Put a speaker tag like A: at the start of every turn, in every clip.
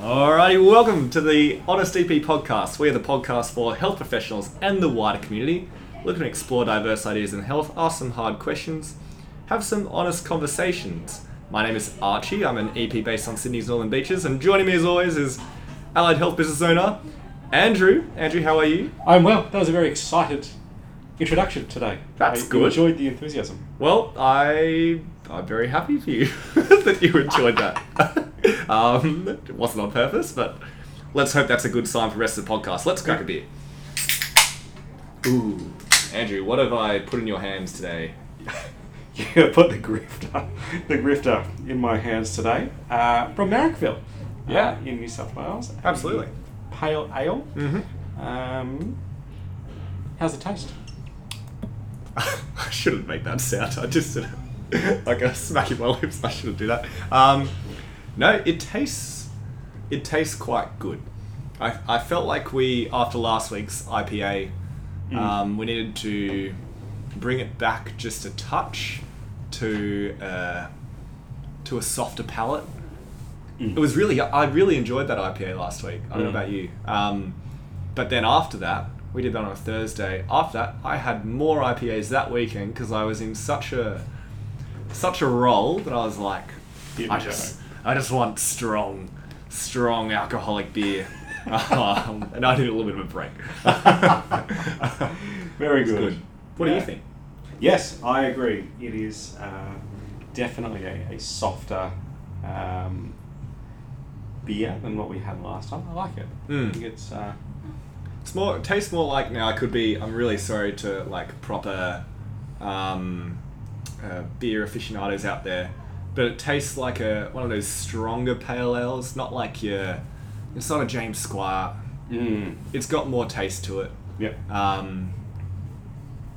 A: Alrighty, welcome to the Honest EP podcast. We are the podcast for health professionals and the wider community. Looking to explore diverse ideas in health, ask some hard questions, have some honest conversations. My name is Archie. I'm an EP based on Sydney's Northern Beaches, and joining me as always is Allied Health Business Owner Andrew. Andrew, how are you?
B: I'm well. That was a very excited introduction today.
A: That's
B: I you
A: good.
B: enjoyed the enthusiasm.
A: Well, I I'm very happy for you that you enjoyed that. um, it wasn't on purpose, but let's hope that's a good sign for the rest of the podcast. Let's crack a beer. Ooh, Andrew, what have I put in your hands today?
B: Yeah, put the grifter, the grifter in my hands today uh, from Marrickville,
A: Yeah.
B: uh, in New South Wales.
A: Absolutely.
B: A Pale ale.
A: Mm-hmm.
B: Um, how's the taste?
A: I shouldn't make that sound. I just did it. like a smack in my lips. I shouldn't do that. Um, no, it tastes. It tastes quite good. I, I felt like we after last week's IPA,
B: Mm.
A: um, we needed to bring it back just a touch to uh, to a softer palate. It was really I really enjoyed that IPA last week. I don't know
B: Mm.
A: about you, um, but then after that, we did that on a Thursday. After that, I had more IPAs that weekend because I was in such a such a roll that I was like,
B: Give
A: I
B: me
A: just I just want strong, strong alcoholic beer, um, and I need a little bit of a break.
B: Very
A: It's
B: good.
A: What do
B: Yeah.
A: you think?
B: Yes, I agree. It is uh, definitely a, a softer um, beer than what we had last time. I like it.
A: Mm.
B: I think it's uh,
A: It's more. It tastes more like now. I could be. I'm really sorry to like proper um, uh, beer aficionados out there, but it tastes like a one of those stronger pale ales. Not like your. It's not a James Squire.
B: mm,
A: It's got more taste to it.
B: yep.
A: Um,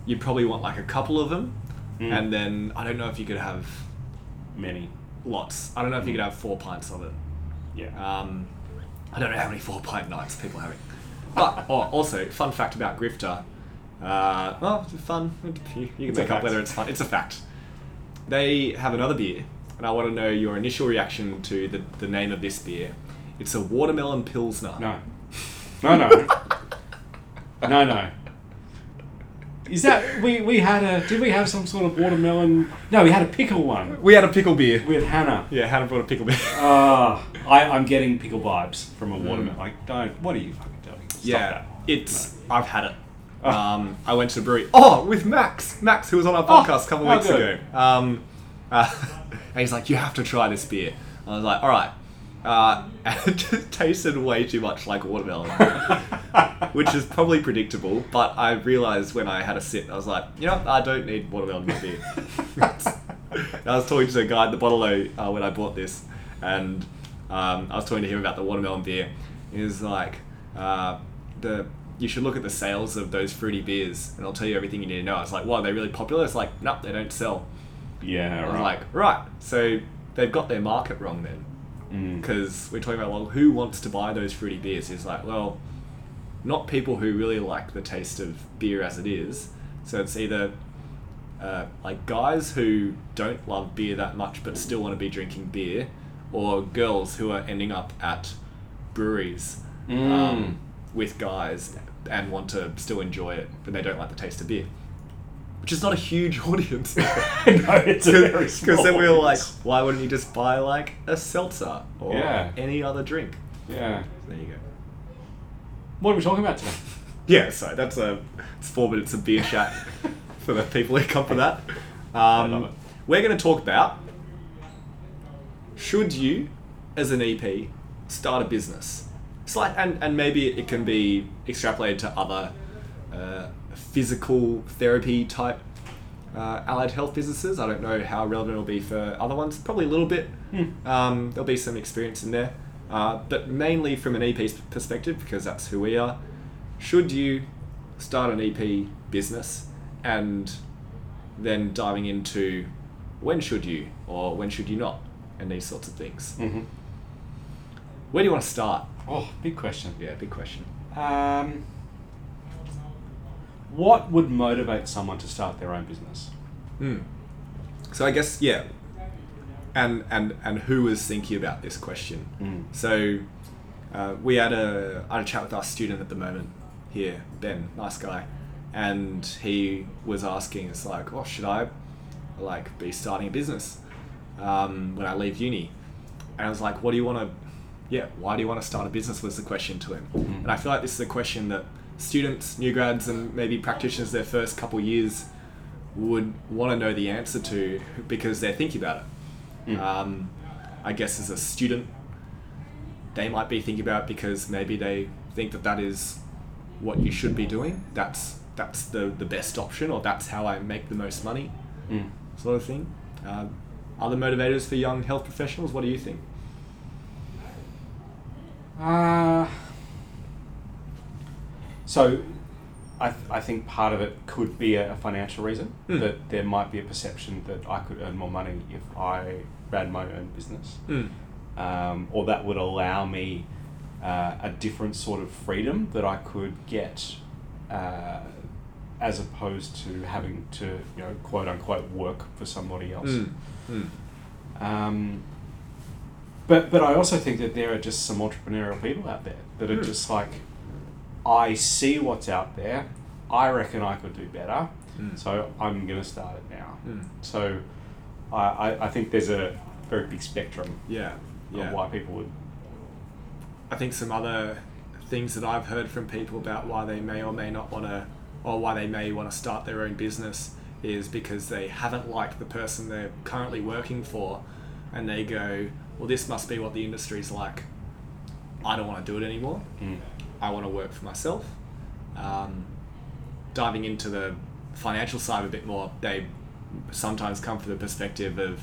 A: you'd probably want like a couple of them,
B: Mm.
A: and then I don't know if you could have
B: many.
A: lots. I don't know if you could have four pints of it.
B: Yeah.
A: Um, I don't know how many four pint nights people are having. But oh, also, fun fact about Grifter. Uh, well, it's fun. You you can
B: It's a
A: make up
B: fact.
A: whether it's fun. It's a fact. They have another beer, and I want to know your initial reaction to the, the name of this beer. It's a watermelon pilsner.
B: no. No, no. no, no. Is that we, we had a did we have some sort of watermelon? No, we had a pickle one
A: We had a pickle beer.
B: with Hannah.
A: Yeah, Hannah brought a pickle beer.
B: Ah, I, I'm getting pickle vibes from a watermelon. Like, don't. What are you fucking doing? Stop
A: Mm. yeah,
B: that.
A: it's. I've had it.
B: Oh.
A: Um, I went to Ah, the brewery. Oh, with Max. Max, who was on our podcast a couple of
B: how
A: weeks
B: good.
A: ago. Um, uh, and he's like, you have to try this beer. I was like, all right. Uh, and it just tasted way too much like watermelon, which is probably predictable. But I realized when I had a sip, I was like, you know, what? I don't need watermelon in my beer. And I was talking to the guy at the bottle uh, when I bought this, and um, I was talking to him about the watermelon beer. He was like, uh, "The you should look at the sales of those fruity beers, and I'll tell you everything you need to know." I was like, "Wow, they're really popular." It's like, "Nope, they don't sell."
B: Yeah,
A: I
B: right.
A: was like, "Right, so they've got their market wrong then,
B: Mm.
A: because we're talking about well, who wants to buy those fruity beers?" He's like, "Well, not people who really like the taste of beer as it is." So it's either uh, like guys who don't love beer that much but still want to be drinking beer, or girls who are ending up at breweries
B: Mm.
A: um, with guys and want to still enjoy it, but they don't like the taste of beer, which is not a huge audience.
B: no, it's a very small.
A: Because then we were like,
B: audience.
A: why wouldn't you just buy like a seltzer or
B: Yeah.
A: any other drink?
B: yeah.
A: There you go.
B: What are we talking about today?
A: Yeah, so that's a it's four minutes of beer chat for the people who come for that.
B: love
A: Um,
B: it.
A: we're going to talk about should you, as an EP, start a business? Slight, and, and maybe it can be extrapolated to other uh, physical therapy type uh, allied health businesses. I don't know how relevant it'll be for other ones. Probably a little bit. Um, there'll be some experience in there, uh, but mainly from an EP 's perspective because that's who we are. Should you start an EP business and then diving into when should you or when should you not and these sorts of things.
B: Mm-hmm.
A: Where do you want to start?
B: Oh, big question.
A: Yeah, big question.
B: Um, what would motivate someone to start their own business?
A: Hmm. So I guess yeah, and and and who was thinking about this question? So Uh, we had a I had a chat with our student at the moment here, Ben, nice guy, and he was asking, it's like, oh, should I like be starting a business um, when I leave uni? And I was like, what do you want to? Yeah, why do you want to start a business? Was the question to him,
B: Mhm.
A: and I feel like this is a question that students, new grads, and maybe practitioners their first couple years would want to know the answer to because they're thinking about it
B: Mm.
A: um, I guess as a student, they might be thinking about because maybe they think that that is what you should be doing. That's that's the the best option, or that's how I make the most money,
B: Mm.
A: sort of thing. Um, other motivators for young health professionals. What do you think?
B: Uh, so, I, th- I think part of it could be a, a financial reason
A: Mm.
B: that there might be a perception that I could earn more money if I ran my own business,
A: Mm.
B: um, or that would allow me uh, a different sort of freedom that I could get. Uh, as opposed to having to, you know, quote unquote, work for somebody else.
A: Mm. Mm.
B: Um, but but I also think that there are just some entrepreneurial people out there that are
A: Hmm.
B: just like, I see what's out there. I reckon I could do better,
A: Mm.
B: so I'm gonna start it now.
A: Mm.
B: So, I, I, I think there's a very big spectrum
A: Yeah. Yeah.
B: of why people would.
A: I think some other things that I've heard from people about why they may or may not want to, or why they may want to start their own business is because they haven't liked the person they're currently working for and they go, well, this must be what the industry's like. I don't want to do it anymore.
B: Mm.
A: I want to work for myself. Um, diving into the financial side a bit more, they sometimes come from the perspective of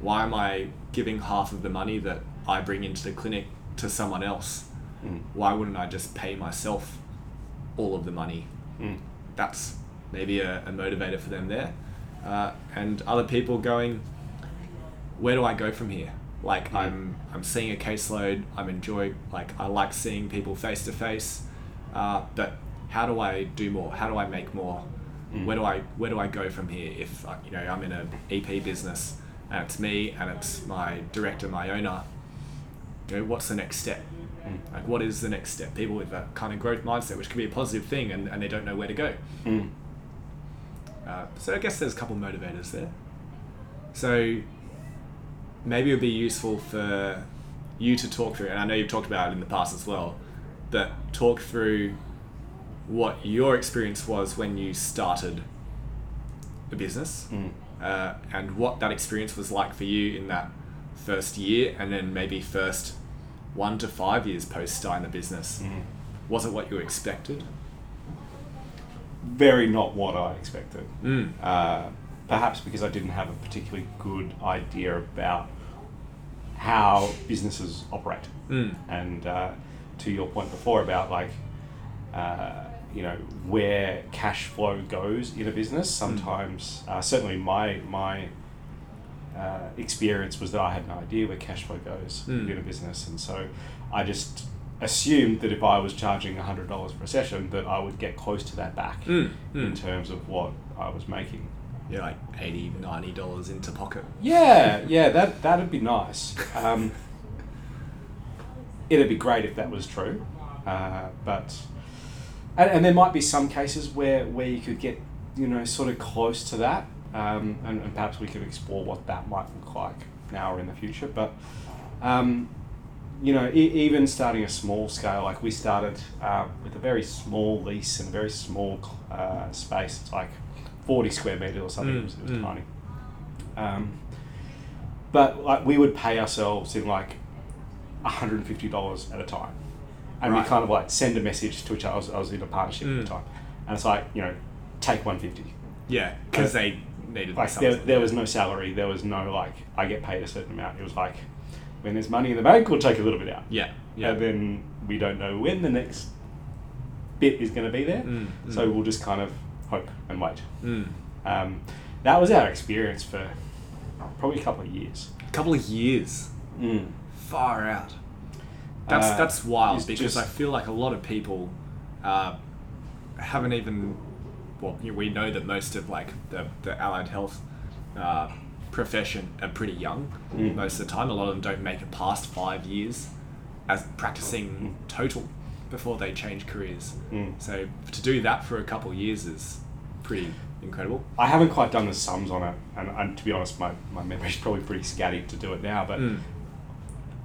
A: why am I giving half of the money that I bring into the clinic to someone else?
B: Mm.
A: Why wouldn't I just pay myself all of the money?
B: Mm.
A: That's maybe a, a motivator for them there. Uh, and other people going, where do I go from here? Like
B: Mm.
A: I'm I'm seeing a caseload. I'm enjoying like I like seeing people face to face. Uh, But how do I do more? How do I make more?
B: Mm.
A: Where do I where do I go from here? If uh, you know I'm in a EP business and it's me and it's my director, my owner. You know, what's the next step?
B: Mm.
A: Like what is the next step? People with that kind of growth mindset, which can be a positive thing, and, and they don't know where to go.
B: Mm.
A: Uh, so I guess there's a couple motivators there. So maybe it would be useful for you to talk through, and I know you've talked about it in the past as well, but talk through what your experience was when you started a business
B: Mm.
A: uh, and what that experience was like for you in that first year and then maybe first one to five years post starting the business.
B: Mm.
A: Was it what you expected?
B: Very not what I expected.
A: Mm.
B: uh, perhaps because I didn't have a particularly good idea about how businesses operate.
A: Mm.
B: And uh, to your point before about like, uh, you know, where cash flow goes in a business,
A: Mm.
B: sometimes, uh, certainly my, my uh, experience was that I had no idea where cash flow goes
A: Mm.
B: in a business. And so I just assumed that if I was charging $100 for a session, that I would get close to that back
A: Mm. Mm.
B: in terms of what I was making.
A: you know, like 80 90 dollars into pocket
B: Yeah, yeah, that that'd be nice. Um, it'd be great if that was true, uh, but and, and there might be some cases where where you could get you know sort of close to that, um, and, and perhaps we could explore what that might look like now or in the future. But um, you know, e- even starting a small scale, like we started uh, with a very small lease and a very small uh, space. It's like forty square meters or something.
A: Mm,
B: it was, it was
A: mm.
B: tiny. Um, but like we would pay ourselves in like $150 at a time. And
A: Right.
B: we kind of like send a message to each other. I was, I was in a partnership at
A: Mm.
B: the time. And it's like, you know, take 150.
A: yeah because they needed
B: Like
A: something
B: there, there was no salary. There was no like, I get paid a certain amount. It was like, when there's money in the bank, we'll take a little bit out.
A: yeah yeah
B: And then we don't know when the next bit is going to be there.
A: Mm, mm.
B: So we'll just kind of hope and wait.
A: mm.
B: Um, that was our experience for probably a couple of years.
A: couple of years
B: Mm.
A: far out that's
B: Uh,
A: that's wild
B: it's
A: because
B: just-
A: i feel like a lot of people uh, haven't even well you- we know that most of like the, the allied health uh, profession are pretty young
B: Mm.
A: most of the time a lot of them don't make it past five years as practicing total before they change careers.
B: Mm.
A: So to do that for a couple of years is pretty incredible.
B: I haven't quite done the sums on it, and, and to be honest, my, my memory's probably pretty scatty to do it now, but
A: Mm.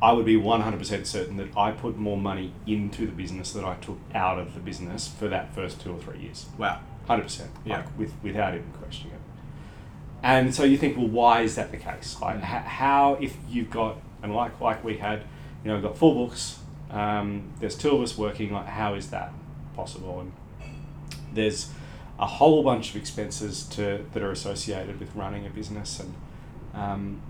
B: I would be 100% certain that I put more money into the business than I took out of the business for that first two or three years.
A: Wow.
B: 100%.
A: Yeah.
B: Like, with, without even questioning it. And so you think, well, why is that the case? Like,
A: Mm.
B: h- how, if you've got, and like, like we had, you know, we've got four books, um, there's two of us working, like, how is that possible? And there's a whole bunch of expenses to, that are associated with running a business and um,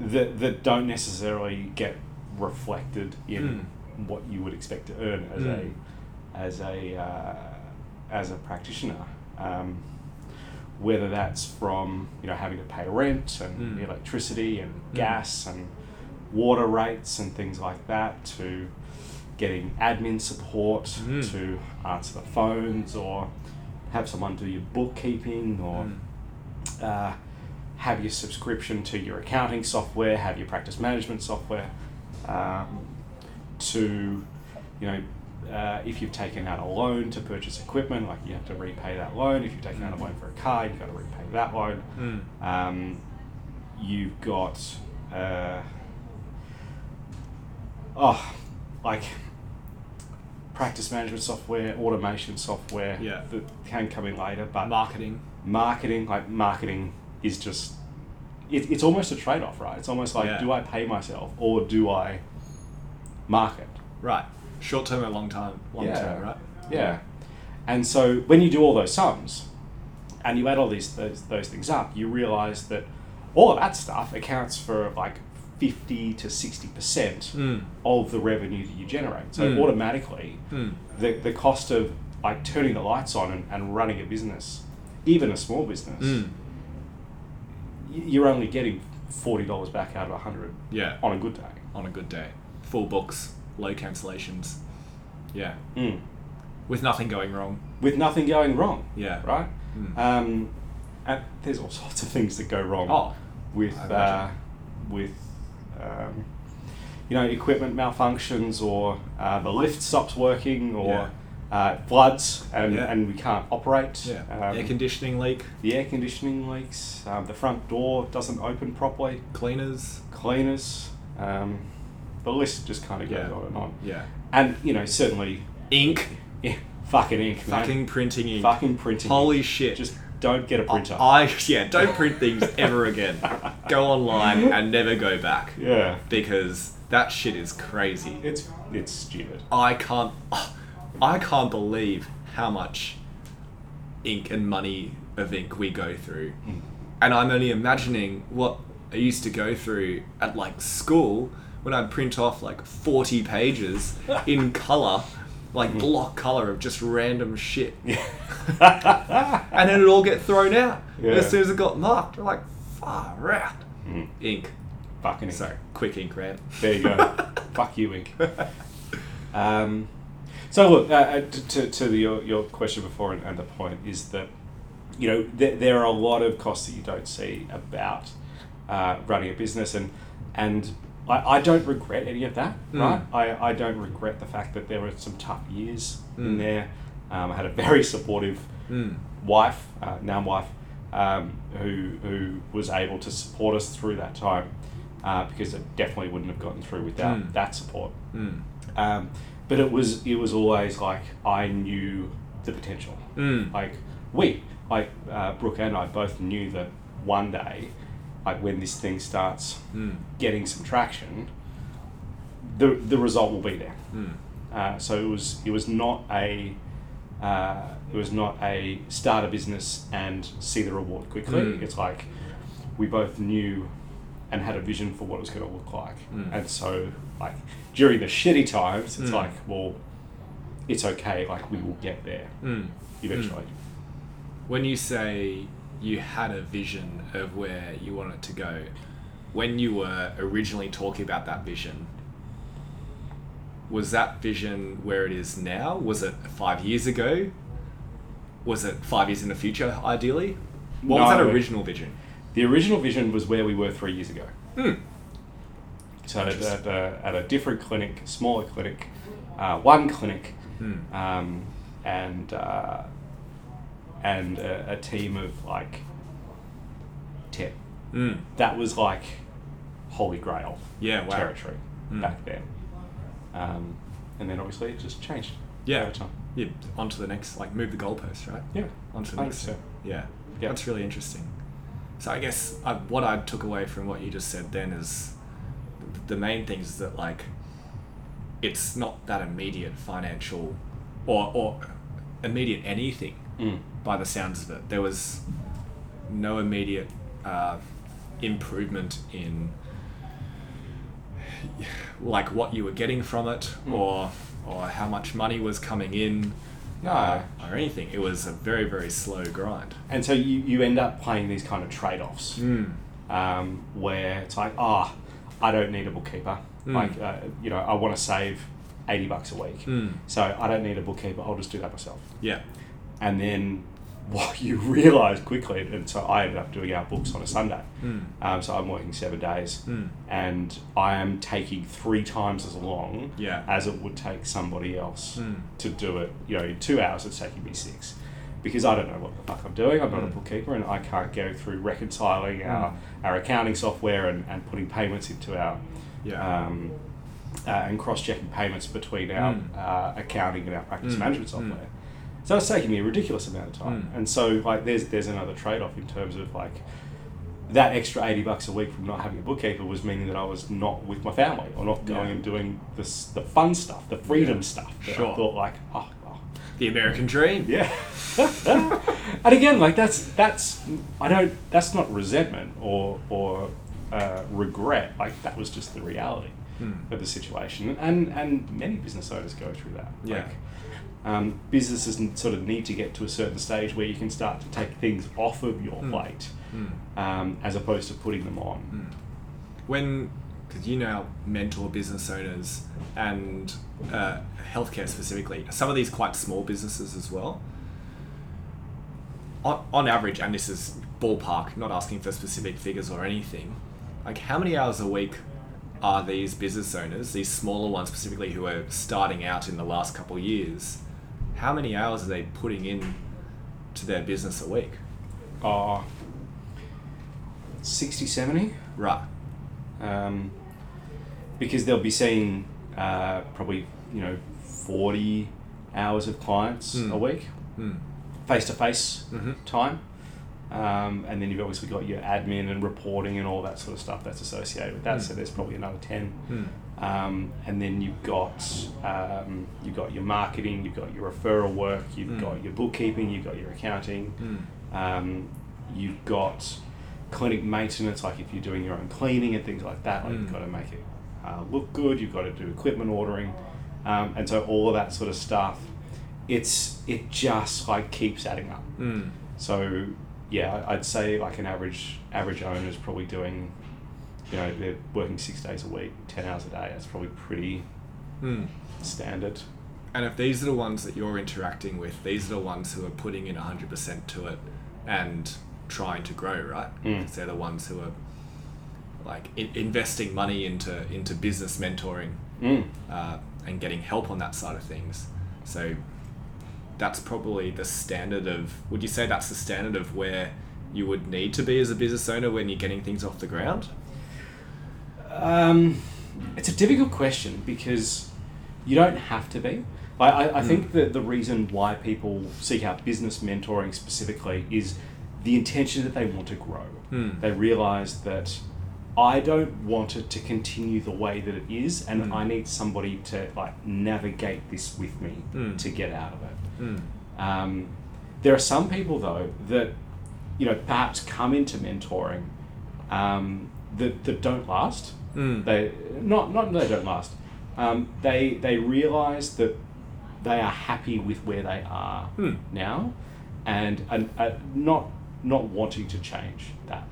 B: that, that don't necessarily get reflected in what you would expect to earn as
A: Mm.
B: a as a uh, as a practitioner. Um, whether that's from you know having to pay rent and
A: Mm.
B: electricity and
A: Mm.
B: gas and water rates and things like that to getting admin support
A: Mm.
B: to answer the phones or have someone do your bookkeeping or
A: Mm.
B: uh, have your subscription to your accounting software, have your practice management software, um, to, you know, uh, if you've taken out a loan to purchase equipment, like you have to repay that loan. If you've taken out a loan for a car, you've got to repay that loan.
A: Mm.
B: Um, you've got, uh, oh, like practice management software, automation software
A: Yeah.
B: that can come in later, but
A: Mm. Marketing.
B: marketing like marketing is just it, it's almost a trade-off right it's almost like
A: Yeah.
B: do i pay myself or do i market
A: Right. Short term and long time. Long
B: Yeah.
A: term, right?
B: yeah and so when you do all those sums and you add all these those, those things up you realize that all of that stuff accounts for like 50 to 60 percent
A: Mm.
B: of the revenue that you generate so
A: Mm.
B: automatically
A: Mm.
B: the, the cost of like turning the lights on and, and running a business even a small business
A: Mm.
B: y- you're only getting forty dollars back out of a hundred
A: Yeah.
B: on a good day.
A: On a good day. Full books, low cancellations. Yeah.
B: Mm.
A: With nothing going wrong.
B: With nothing going wrong,
A: Yeah.
B: right?
A: Mm.
B: Um, and there's all sorts of things that go wrong
A: Oh.
B: with
A: I
B: uh,
A: imagine.
B: with um, you know equipment malfunctions or uh, the lift stops working or uh, floods and,
A: Yeah.
B: and we can't operate.
A: Yeah.
B: Um,
A: Air conditioning leak,
B: the air conditioning leaks. Um, the front door doesn't open properly.
A: cleaners.
B: Cleaners. Um, the list just kind of goes
A: Yeah.
B: on and on.
A: Yeah.
B: And you know, certainly,
A: Ink.
B: yeah, fucking ink, man.
A: Fucking printing ink.
B: fucking printing.
A: Holy shit.
B: Just don't get a printer.
A: I yeah, don't print things ever again. go online and never go back
B: yeah,
A: because that shit is crazy.
B: it's it's stupid.
A: I can't I can't believe how much ink and money of ink we go through.
B: Hmm.
A: And I'm only imagining what I used to go through at like school when I'd print off like 40 pages in color,
B: Hmm.
A: like block color of just random shit. and then it all get thrown out
B: Yeah.
A: as soon as it got marked. We're like, far out.
B: Mm.
A: Ink.
B: Fucking ink.
A: Sorry, quick ink rant.
B: There you go. Fuck you, ink. Um, so look uh, uh, to, to, to the, your, your question before and, and the point is that you know there, there are a lot of costs that you don't see about uh, running a business and and I, I don't regret any of that
A: Mm.
B: right I, I don't regret the fact that there were some tough years in
A: Mm.
B: there um, I had a very supportive
A: Mm.
B: wife, uh, now wife, um, who who was able to support us through that time, uh, because I definitely wouldn't have gotten through without
A: Mm.
B: that support.
A: Mm.
B: Um, but it was it was always like I knew the potential.
A: Mm.
B: Like we, like uh, Brooke and I both knew that one day, like when this thing starts
A: Mm.
B: getting some traction, the the result will be there.
A: Mm.
B: Uh, so it was it was not a uh, it was not a start a business and see the reward quickly.
A: Mm.
B: It's like we both knew and had a vision for what it was going to look like,
A: Mm.
B: and so like during the shitty times, it's
A: Mm.
B: like well, it's okay. Like we will get there
A: Mm.
B: eventually.
A: When you say you had a vision of where you want it to go, when you were originally talking about that vision, was that vision where it is now? Was it five years ago? Was it five years in the future, ideally? What was that
B: No.
A: original vision? Mm.
B: The original vision was where we were three years ago.
A: Hmm.
B: So So at a, at a, at a different clinic, smaller clinic, uh, one clinic,
A: Hmm.
B: um, and uh, and a, a team of like ten.
A: Mm.
B: That was like holy grail
A: Yeah, wow.
B: territory
A: Mm.
B: back then. Um, and then obviously it just changed.
A: Yeah.
B: Over time.
A: Yeah, on to the next, like move the goalpost, right?
B: Yeah.
A: Onto the next.
B: 100%.
A: Yeah.
B: Yeah.
A: That's really interesting. So I guess I, what I took away from what you just said then is th- the main thing is that like it's not that immediate financial or or immediate anything
B: Mm.
A: by the sounds of it. There was no immediate uh, improvement in like what you were getting from it
B: Mm.
A: or or how much money was coming in
B: No.
A: uh, or anything. It was a very very slow grind.
B: And so you, you end up playing these kind of trade offs.
A: Mm.
B: um, where it's like, ah, I don't need a bookkeeper.
A: Mm.
B: Like, uh, you know, I want to save 80 bucks a week.
A: Mm.
B: So I don't need a bookkeeper. I'll just do that myself.
A: Yeah.
B: And then what you realize quickly, and so I ended up doing our books on a Sunday.
A: Mm.
B: Um, so I'm working seven days
A: Mm.
B: and I am taking three times as long
A: Yeah.
B: as it would take somebody else
A: Mm.
B: to do it. You know, in two hours, it's taking me six because I don't know what the fuck I'm doing. I'm not a
A: Mm.
B: bookkeeper, and I can't go through reconciling our, our accounting software and, and putting payments into our
A: Yeah.
B: um, uh, and cross-checking payments between our
A: Mm.
B: uh, accounting and our practice
A: Mm.
B: management
A: Mm.
B: software. So it's taking me a ridiculous amount of time,
A: Mm.
B: and so like there's there's another trade-off in terms of like that extra 80 bucks a week from not having a bookkeeper was meaning that I was not with my family or not going
A: Yeah.
B: and doing this, the fun stuff, the freedom
A: Yeah.
B: stuff. That I
A: Sure.
B: thought like, oh, well,
A: the American dream.
B: yeah. and again, like that's, that's, I don't, that's not resentment or, or uh, regret. Like that was just the reality
A: Mm.
B: of the situation. And, and many business owners go through that.
A: Yeah.
B: Like, um, businesses n- sort of need to get to a certain stage where you can start to take things off of your
A: Mm.
B: plate
A: Mm.
B: um, as opposed to putting them on.
A: Mm. When, because you now mentor business owners and uh, healthcare specifically, some of these quite small businesses as well. On, on average, and this is ballpark, not asking for specific figures or anything, like how many hours a week are these business owners, these smaller ones specifically who are starting out in the last couple of years, how many hours are they putting in to their business a week?
B: are 60, 70.
A: Right.
B: Um, because they'll be seeing uh, probably, you know, 40 hours of clients
A: Mm.
B: a week,
A: Mm.
B: face to face
A: Mm-hmm.
B: time. Um, and then you've obviously got your admin and reporting and all that sort of stuff that's associated with that.
A: Mm.
B: So there's probably another 10.
A: Mm.
B: Um, and then you've got um, you've got your marketing, you've got your referral work, you've
A: Mm.
B: got your bookkeeping, you've got your accounting,
A: Mm.
B: um, you've got clinic maintenance, like if you're doing your own cleaning and things like that, like you've
A: Mm.
B: got to make it uh, look good, you've got to do equipment ordering, um, and so all of that sort of stuff. It's it just like keeps adding up.
A: Mm.
B: So yeah, I- I'd say like an average average owner is probably doing, you know, they're working six days a week, ten hours a day. That's probably pretty
A: Mm.
B: standard.
A: And if these are the ones that you're interacting with, these are the ones who are putting in 100% to it and trying to grow, right?
B: Mm.
A: 'Cause they're the ones who are like I- investing money into into business mentoring
B: Mm.
A: uh, and getting help on that side of things. So that's probably the standard of. Would you say that's the standard of where you would need to be as a business owner when you're getting things off the ground?
B: Um, it's a difficult question because you don't have to be. I, I, I
A: Hmm.
B: think that the reason why people seek out business mentoring specifically is the intention that they want to grow.
A: Hmm.
B: They realize that I don't want it to continue the way that it is, and
A: Hmm.
B: I need somebody to like navigate this with me
A: Hmm.
B: to get out of it.
A: Mm.
B: Um, there are some people though that you know perhaps come into mentoring um, that that don't last.
A: Mm.
B: They not not they don't last. Um, they they realise that they are happy with where they are
A: Hmm.
B: now, and and uh, not not wanting to change that.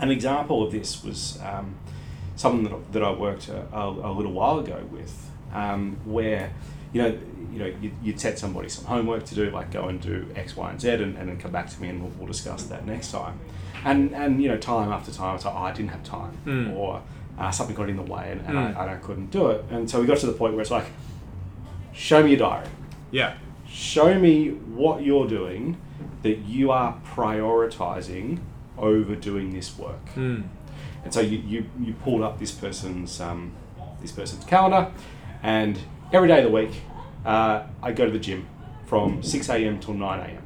B: An example of this was um, something that, I- that I worked a, a, a little while ago with, um, where you know you know you, you'd set somebody some homework to do, like go and do X, Y, and Z, and, and then come back to me and we'll, we'll discuss that next time. And and you know time after time, it's like oh, I didn't have time,
A: Mm.
B: or uh, something got in the way and, and,
A: Mm.
B: I, and I couldn't do it. And so we got to the point where it's like, show me your diary.
A: Yeah.
B: Show me what you're doing that you are prioritizing over doing this work.
A: Mm.
B: And so you, you, you pulled up this person's um, this person's calendar, and every day of the week, uh, I go to the gym from six a.m. till nine a.m.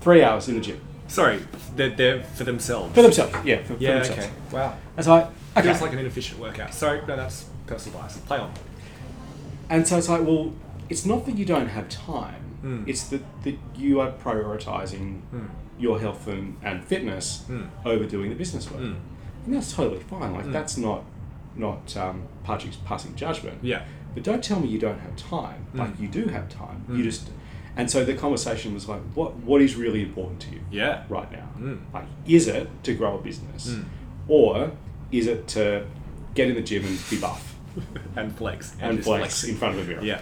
B: Three hours in the gym
A: Sorry, they're, they're for themselves.
B: for themselves. Yeah, for, for
A: yeah,
B: themselves.
A: okay. Wow.
B: And so I, okay.
A: Feels like an inefficient workout. Sorry, no, that's personal bias. Play on.
B: and so it's like, well, it's not that you don't have time;
A: Mm.
B: it's that, that you are prioritizing
A: Mm.
B: your health and, and fitness
A: Mm.
B: over doing the business work.
A: Mm.
B: And that's totally fine. Like
A: Mm.
B: that's not not um, passing, passing judgment.
A: Yeah.
B: But don't tell me you don't have time. Like
A: Mm.
B: you do have time.
A: Mm.
B: You just and so the conversation was like, what what is really important to you
A: Yeah.
B: right now?
A: Mm.
B: Like, is it to grow a business,
A: Mm.
B: or is it to get in the gym and be buff
A: And flex.
B: and,
A: just
B: flex in front of a mirror?
A: Yeah.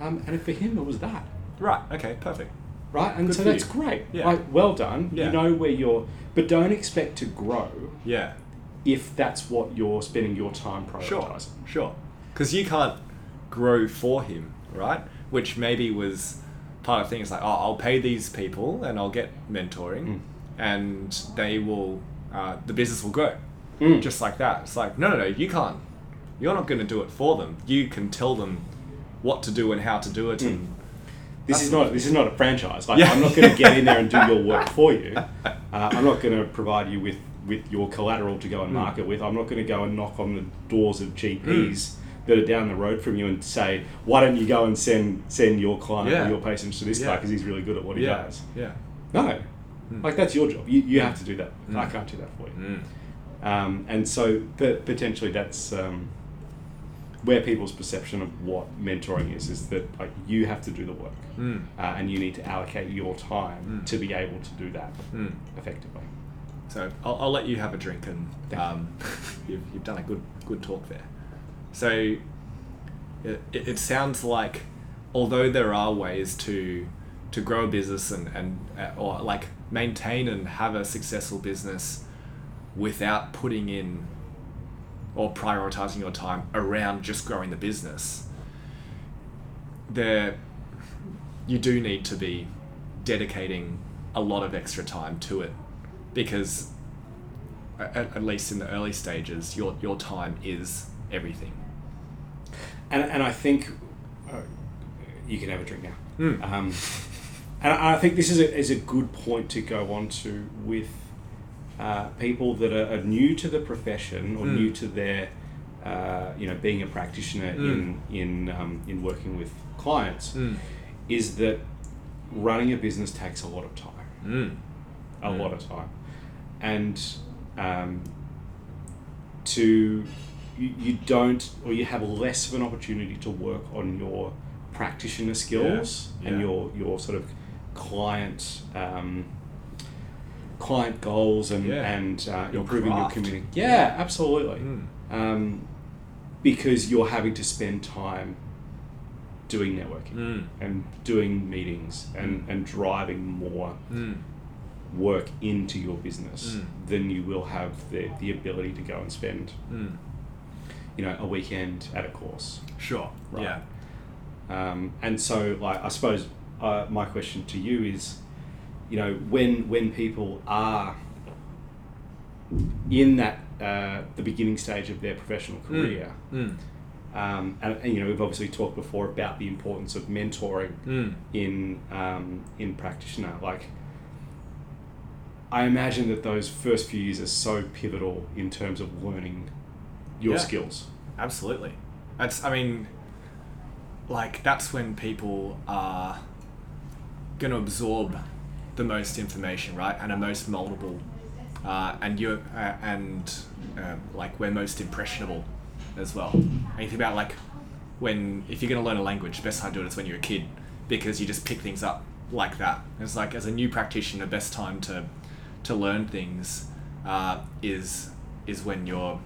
B: Um, and for him, it was that.
A: Right. Okay. Perfect.
B: Right, and
A: Good
B: so
A: for
B: that's
A: you.
B: great.
A: Yeah.
B: Like, well done.
A: Yeah.
B: You know where you're, but don't expect to grow
A: Yeah.
B: if that's what you're spending your time
A: Sure.
B: prioritizing.
A: Sure. Because you can't grow for him, right? Which maybe was part of things like, oh, I'll pay these people and I'll get mentoring,
B: Mm.
A: and they will, uh, the business will grow,
B: Mm.
A: just like that. It's like, no, no, no, you can't. You're not going to do it for them. You can tell them what to do and how to do it,
B: Mm.
A: and
B: this is not this is not a franchise. Like
A: Yeah.
B: I'm not going to get in there and do your work for you. Uh, I'm not going to provide you with with your collateral to go
A: Hmm.
B: and market with. I'm not going to go and knock on the doors of GPs
A: Hmm.
B: that are down the road from you and say, "Why don't you go and send send your client
A: Yeah.
B: or your patients to this guy
A: Yeah.
B: because he's really good at what he
A: yeah,
B: does."
A: yeah,
B: No, like that's your job. You, you have to do that.
A: Mm.
B: I can't do that for you.
A: mm.
B: Um, and so but potentially that's um, where people's perception of what mentoring is is that like you have to do the work
A: Mm.
B: uh, and you need to allocate your time
A: Mm.
B: to be able to do that
A: Mm.
B: effectively.
A: So I'll, I'll let you have a drink, and
B: Thank you.
A: um, you've, you've done a good good talk there. So it, it, it sounds like although there are ways to to grow a business and and uh, or like maintain and have a successful business without putting in or prioritizing your time around just growing the business, there you do need to be dedicating a lot of extra time to it because at, at least in the early stages your your time is everything
B: And, and I think uh, you can have a drink now.
A: Mm.
B: Um, and I I think this is a, is a good point to go on to with uh, people that are, are new to the profession or
A: Mm.
B: new to their, uh, you know, being a practitioner
A: Mm.
B: in in um, in working with clients,
A: Hmm.
B: is that running a business takes a lot of time.
A: Mm.
B: a
A: Mm.
B: lot of time. And um, to you, you don't or you have less of an opportunity to work on your practitioner skills and
A: yeah.
B: your your sort of client um, client goals and
A: Yeah.
B: and uh,
A: Your
B: improving
A: craft.
B: your community. Yeah, absolutely.
A: Mm.
B: Um, because you're having to spend time doing networking
A: Mm.
B: and doing meetings and, and driving more
A: Mm.
B: work into your business,
A: Mm.
B: then you will have the, the ability to go and spend,
A: Mm.
B: you know, a weekend at a course.
A: sure
B: Right.
A: yeah
B: Um, and so, like, I suppose uh, my question to you is, you know, when when people are in that uh, the beginning stage of their professional
A: Mm.
B: career,
A: mm.
B: um, and, and you know, we've obviously talked before about the importance of mentoring
A: Mm.
B: in um, in practitioner. Like, I imagine that those first few years are so pivotal in terms of learning your
A: Yeah.
B: skills.
A: absolutely that's i mean like that's when people are going to absorb the most information right and are most moldable uh, and you uh, and um, like we're most impressionable as well and you think about like when if you're going to learn a language the best time to do it is when you're a kid because you just pick things up like that it's like as a new practitioner the best time to to learn things uh, is is when you're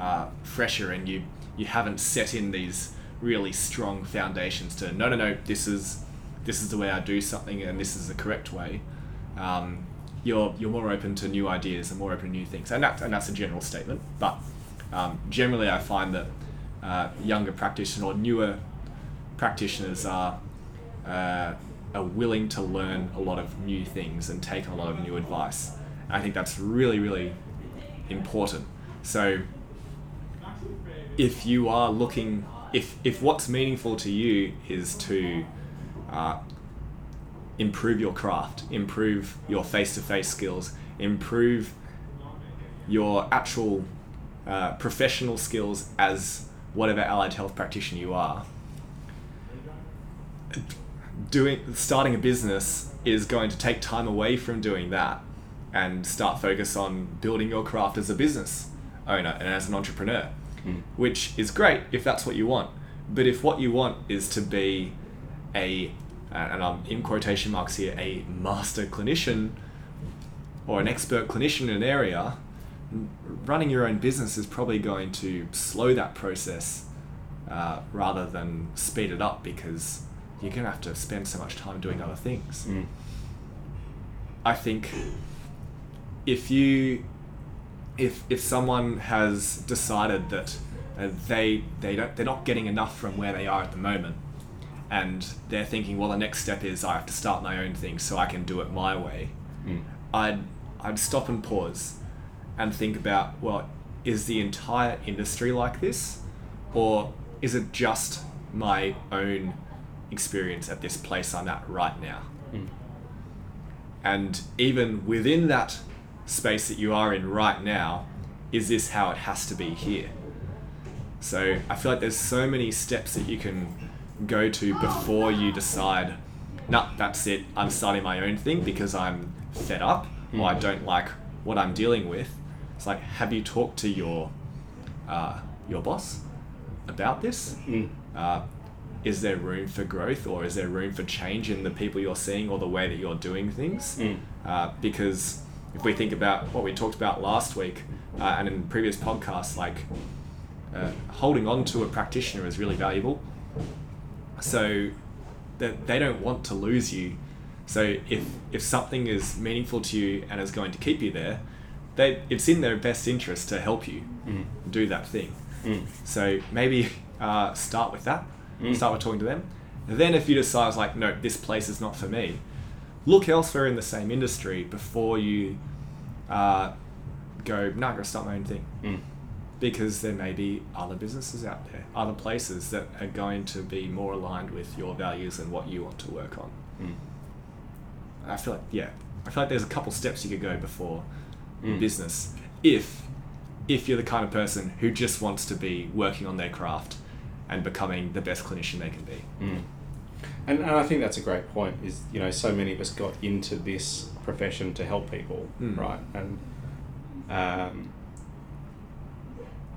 A: uh, fresher and you you haven't set in these really strong foundations to no no no this is this is the way I do something and this is the correct way um, you're you're more open to new ideas and more open to new things and that and that's a general statement but Um, generally, I find that uh, younger practitioners or newer practitioners are uh, are willing to learn a lot of new things and take a lot of new advice. And I think that's really, really important. So if you are looking if if what's meaningful to you is to uh, improve your craft improve your face-to-face skills improve your actual uh, professional skills as whatever allied health practitioner you are doing starting a business is going to take time away from doing that and start focus on building your craft as a business owner and as an entrepreneur
B: Mm.
A: which is great if that's what you want. But if what you want is to be a, uh, and I'm in quotation marks here, a master clinician or an expert clinician in an area, running your own business is probably going to slow that process uh, rather than speed it up because you're going to have to spend so much time doing other things.
B: Mm.
A: I think if you if if someone has decided that uh, they they don't they're not getting enough from where they are at the moment and they're thinking well the next step is I have to start my own thing so I can do it my way
B: Mm.
A: I'd I'd stop and pause and think about well is the entire industry like this or is it just my own experience at this place I'm at right now
B: Mm.
A: and even within that space that you are in right now, is this how it has to be here? So I feel like there's so many steps that you can go to before you decide, nah, that's it, I'm starting my own thing because I'm fed up or I don't like what I'm dealing with. It's like, have you talked to your uh, your boss about this?
B: Mm.
A: uh, is there room for growth or is there room for change in the people you're seeing or the way that you're doing things?
B: Mm.
A: Uh, because if we think about what we talked about last week uh, and in previous podcasts, like uh, holding on to a practitioner is really valuable. So that they don't want to lose you. So if if something is meaningful to you and is going to keep you there, they it's in their best interest to help you
B: Mm.
A: do that thing.
B: Mm.
A: So maybe uh, start with that.
B: Mm.
A: Start with talking to them. Then, if you decide like, no, this place is not for me, look elsewhere in the same industry before you uh, go. No, I'm gonna start my own thing
B: Mm.
A: because there may be other businesses out there, other places that are going to be more aligned with your values and what you want to work on.
B: Mm.
A: I feel like yeah, I feel like there's a couple steps you could go before
B: Mm.
A: business if if you're the kind of person who just wants to be working on their craft and becoming the best clinician they can be.
B: Mm. And, and I think that's a great point. Is you know so many of us got into this profession to help people,
A: Mm.
B: right? And um,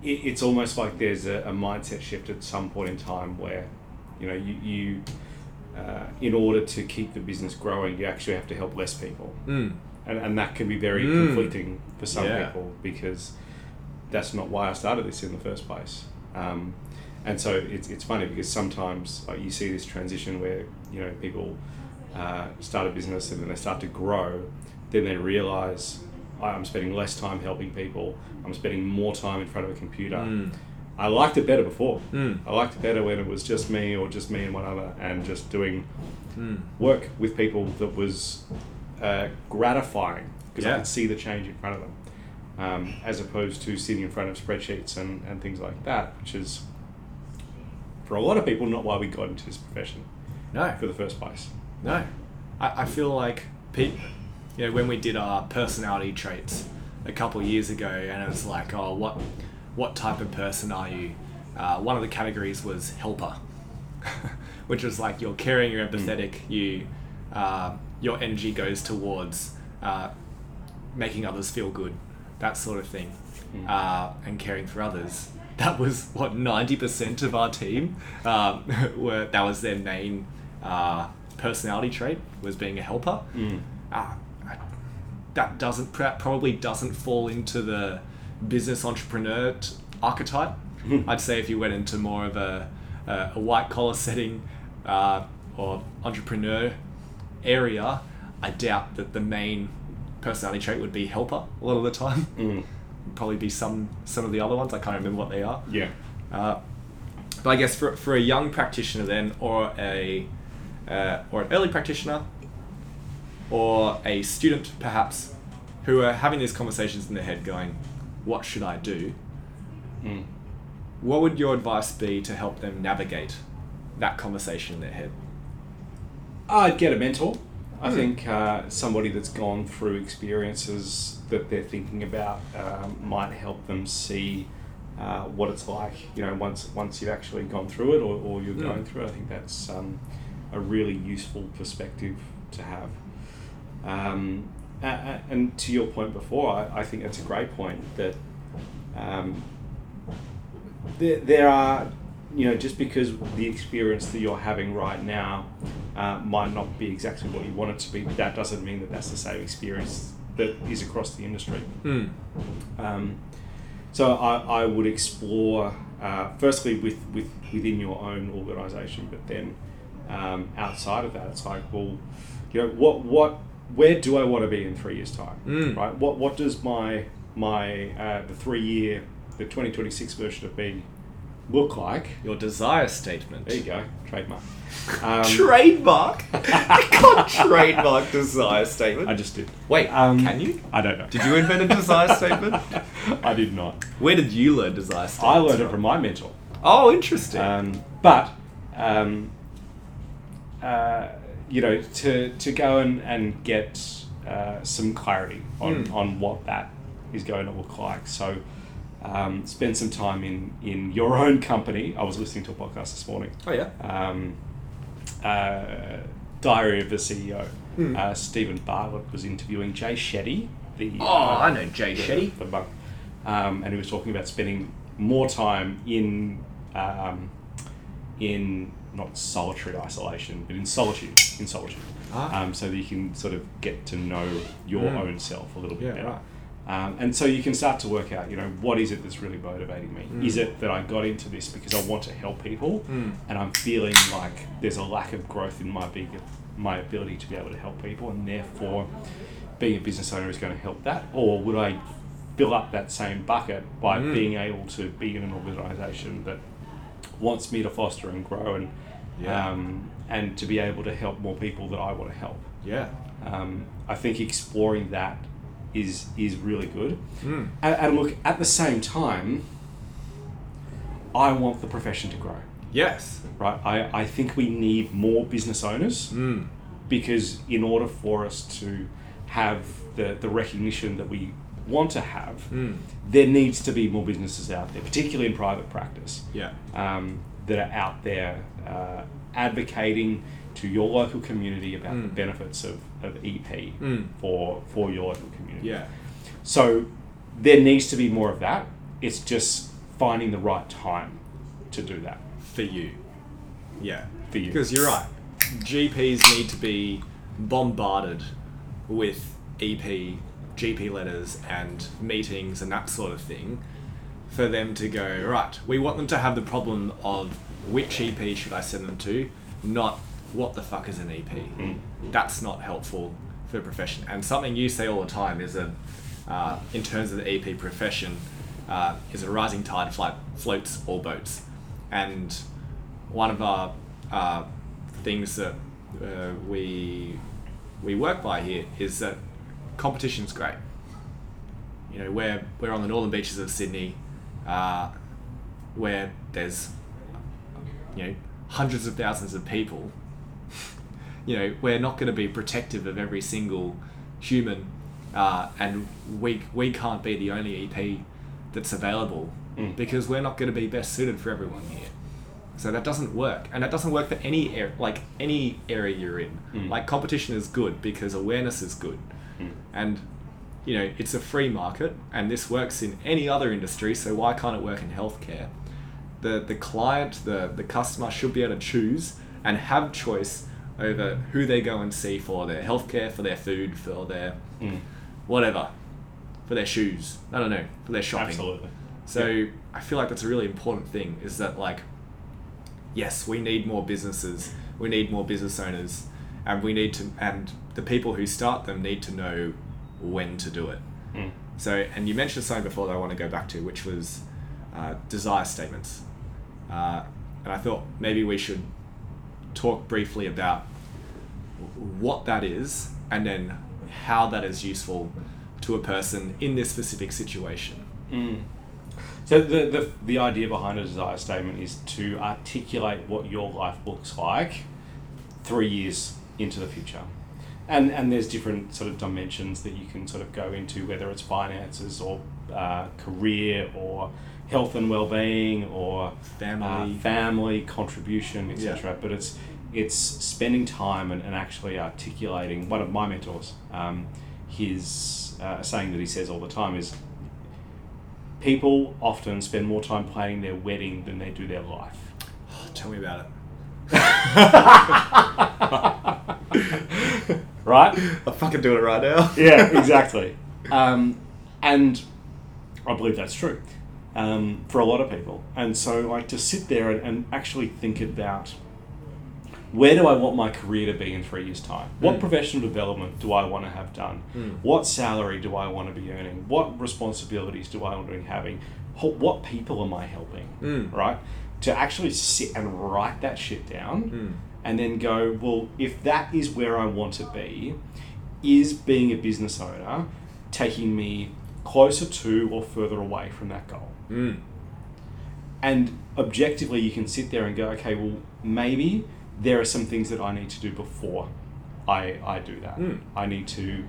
B: it, it's almost like there's a, a mindset shift at some point in time where you know you, you uh, in order to keep the business growing, you actually have to help less people,
A: Mm.
B: and, and that can be very
A: Mm.
B: conflicting for some
A: Yeah.
B: people because that's not why I started this in the first place. Um, and so it's, it's funny because sometimes like, you see this transition where you know people uh, start a business and then they start to grow, then they realize "Oh, I'm spending less time helping people. I'm spending more time in front of a computer.
A: Mm.
B: I liked it better before.
A: Mm.
B: I liked it better when it was just me or just me and one other and just doing
A: Mm.
B: work with people that was uh, gratifying because I
A: Yeah.
B: could see the change in front of them, um, as opposed to sitting in front of spreadsheets and, and things like that, which is for a lot of people not why we got into this profession
A: No,
B: for the first place.
A: no. I, I feel like people, you know, when we did our personality traits a couple of years ago, and it was like, oh, what, what type of person are you? Uh, one of the categories was helper, which was like you're caring, you're empathetic, you, uh, your energy goes towards uh, making others feel good, that sort of thing,
B: Mm.
A: uh, and caring for others. That was what ninety percent of our team um, were. That was their main uh, personality trait was being a helper.
B: Mm.
A: Ah, I- that doesn't that probably doesn't fall into the business entrepreneur t- archetype.
B: Mhm.
A: I'd say if you went into more of a, a, a white collar setting uh, or entrepreneur area, I doubt that the main personality trait would be helper a lot of the time.
B: Mm.
A: probably be some some of the other ones. I can't remember what they are.
B: Yeah.
A: Uh, but I guess for, for a young practitioner then, or a uh, or an early practitioner, or a student perhaps, who are having these conversations in their head, going, "What should I do?"
B: Mm.
A: What would your advice be to help them navigate that conversation in their head?
B: I'd get a mentor. I
A: Hmm.
B: think uh, somebody that's gone through experiences that they're thinking about um, might help them see uh, what it's like. You know, once once you've actually gone through it or, or you're
A: Hmm.
B: going through it, I think that's um, a really useful perspective to have. Um, a- a- and to your point before, I, I think that's a great point that um, there, there are, you know, just because the experience that you're having right now uh, might not be exactly what you want it to be, that doesn't mean that that's the same experience that is across the industry.
A: Mm.
B: Um, so I, I would explore, uh, firstly, with, with within your own organisation, but then um, outside of that, it's like, well, you know, what what where do I want to be in three years' time,
A: Mm.
B: right? What what does my my uh, the three year the twenty twenty six version of me look like?
A: Your desire statement.
B: There you go, trademark. Um,
A: trademark? you can't trademark desire statement.
B: I just did.
A: Wait,
B: Um,
A: can you?
B: I don't know.
A: Did you invent a desire statement?
B: I did not.
A: Where did you learn desire
B: I
A: statements?
B: learned it from my mentor.
A: Oh, interesting.
B: Um, but um, uh, you know, to to go and and get uh, some clarity on
A: Mm.
B: on what that is going to look like. So. Um, spend some time in, in your own company. I was listening to a podcast this morning.
A: oh yeah.
B: Um, uh, Diary of a CEO.
A: Mm.
B: Uh, Stephen Bartlett was interviewing Jay Shetty. The
A: Oh,
B: uh,
A: I know Jay Shetty.
B: the monk. Um, and he was talking about spending more time in um, in not solitary isolation, but in solitude, in solitude,
A: Ah.
B: um, so that you can sort of get to know your
A: Mm.
B: own self a little bit
A: Yeah,
B: better.
A: right.
B: Um, and so you can start to work out, you know, what is it that's really motivating me?
A: Mm.
B: Is it that I got into this because I want to help people,
A: Mm.
B: and I'm feeling like there's a lack of growth in my big, my ability to be able to help people, and therefore, being a business owner is going to help that. Or would I fill up that same bucket by
A: Mm.
B: being able to be in an organisation that wants me to foster and grow, and
A: Yeah.
B: um, and to be able to help more people that I want to help?
A: Yeah.
B: Um, I think exploring that is is really good.
A: Mm.
B: And, and look, at the same time, I want the profession to grow,
A: Yes.
B: right? I, I think we need more business owners
A: Mm.
B: because in order for us to have the, the recognition that we want to have,
A: Mm.
B: there needs to be more businesses out there, particularly in private practice
A: Yeah.
B: um, that are out there uh, advocating to your local community about the
A: Mm.
B: benefits of, of EP
A: Mm.
B: for for your local community.
A: Yeah.
B: So there needs to be more of that. It's just finding the right time to do that.
A: For you. Yeah.
B: For you.
A: Because you're right. GPs need to be bombarded with E EP, GP letters, and meetings and that sort of thing for them to go, right, we want them to have the problem of which EP should I send them to, not what the fuck is an EP. That's not helpful for the profession. And something you say all the time is that, uh, in terms of the EP profession, uh, is a rising tide flight, floats all boats. And one of our uh, things that uh, we we work by here is that competition's great. You know, we're we're on the northern beaches of Sydney, uh, where there's you know hundreds of thousands of people. You know, we're not going to be protective of every single human, uh, and we we can't be the only EP that's available
B: Mm.
A: because we're not going to be best suited for everyone here. So that doesn't work, and that doesn't work for any air, like any area you're in.
B: Mm.
A: Like competition is good because awareness is good,
B: Mm.
A: and you know it's a free market, and this works in any other industry. So why can't it work in healthcare? The the client, the the customer should be able to choose and have choice over who they go and see for their healthcare, for their food, for their
B: Mm.
A: whatever, for their shoes. I don't know, for their shopping.
B: Absolutely.
A: So
B: Yeah.
A: I feel like that's a really important thing is that like yes, we need more businesses, we need more business owners, and we need to and the people who start them need to know when to do it.
B: Mm.
A: So, and you mentioned something before that I want to go back to, which was uh, desire statements. Uh, and I thought maybe we should talk briefly about what that is and then how that is useful to a person in this specific situation.
B: Mm. So the, the the idea behind a desire statement is to articulate what your life looks like three years into the future. And and there's different sort of dimensions that you can sort of go into, whether it's finances or uh, career or health and well-being or
A: Family.
B: uh, family contribution, etc.
A: Yeah.
B: But it's it's spending time and, and actually articulating. One of my mentors, um, his uh, a saying that he says all the time is, people often spend more time planning their wedding than they do their life.
A: Oh, tell me about it.
B: right?
A: I'm fucking doing it right now.
B: Yeah, exactly. um, and I believe that's true um, for a lot of people. And so, like, to sit there and, and actually think about where do I want my career to be in three years' time? What
A: Mm.
B: professional development do I want to have done?
A: Mm.
B: What salary do I want to be earning? What responsibilities do I want to be having? Ho- What people am I helping?
A: Mm.
B: Right? To actually sit and write that shit down
A: Mm.
B: and then go, well, if that is where I want to be, is being a business owner taking me closer to or further away from that goal?
A: Mm.
B: And objectively, you can sit there and go, okay, well, maybe there are some things that I need to do before I, I do that.
A: Mm.
B: I need to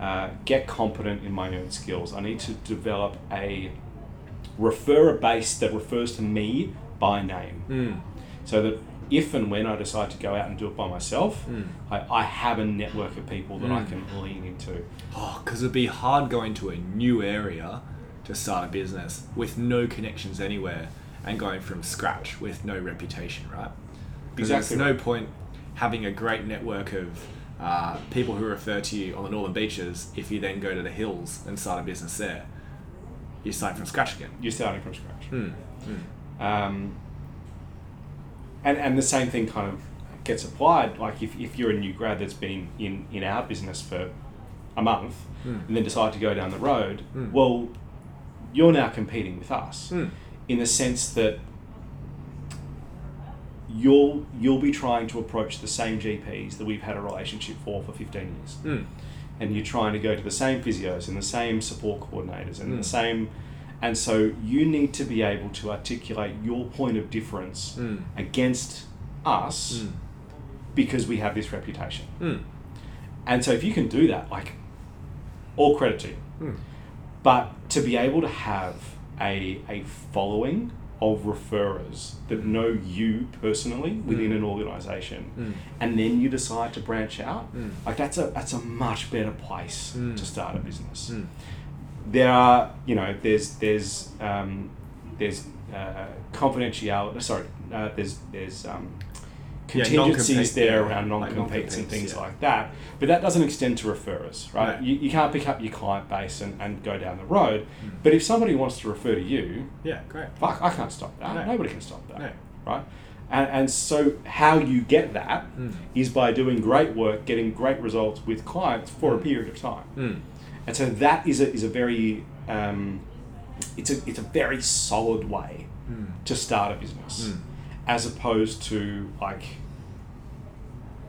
B: uh, get competent in my own skills. I need to develop a referrer base that refers to me by name
A: Mm.
B: so that if and when I decide to go out and do it by myself,
A: Mm.
B: I, I have a network of people that I
A: Mm.
B: can lean into.
A: Oh, because it'd be hard going to a new area to start a business with no connections anywhere and going from scratch with no reputation, right? 'Cause
B: Exactly.
A: There's no point having a great network of uh, people who refer to you on the northern beaches if you then go to the hills and start a business there. You start from scratch again.
B: You're starting from scratch.
A: Mm. Mm.
B: Um, and, and the same thing kind of gets applied. Like if, if you're a new grad that's been in, in our business for a month
A: Mm.
B: and then decide to go down the road,
A: Mm.
B: well, you're now competing with us.
A: Mm.
B: in the sense that you'll you'll be trying to approach the same GPs that we've had a relationship for for 15 years
A: Mm.
B: and you're trying to go to the same physios and the same support coordinators and
A: Mm.
B: the same and so you need to be able to articulate your point of difference
A: Mm.
B: against us
A: Mm.
B: because we have this reputation
A: Mm.
B: and so if you can do that like all credit to you
A: Mm.
B: but to be able to have a, a following of referrers that know you personally within
A: Mm.
B: an organization
A: Mm.
B: and then you decide to branch out
A: Mm.
B: like that's a that's a much better place
A: Mm.
B: to start a business
A: Mm.
B: there are you know there's there's um, there's uh, confidentiality sorry uh, there's there's um,
A: Yeah,
B: contingencies
A: non-compete,
B: there
A: yeah,
B: around
A: like
B: non-competes and
A: non-competes,
B: things
A: yeah.
B: like that but that doesn't extend to referrers right
A: Right.
B: you, you can't pick up your client base and, and go down the road
A: Mm.
B: but if somebody wants to refer to you
A: Yeah, great.
B: fuck I can't stop that
A: No.
B: nobody can stop that
A: No.
B: right and, and so how you get that is
A: Mm.
B: by doing great work getting great results with clients for a
A: Mm.
B: period of time
A: Mm.
B: and so that is a, is a very um, it's a it's a very solid way
A: Mm.
B: to start a business
A: Mm.
B: as opposed to like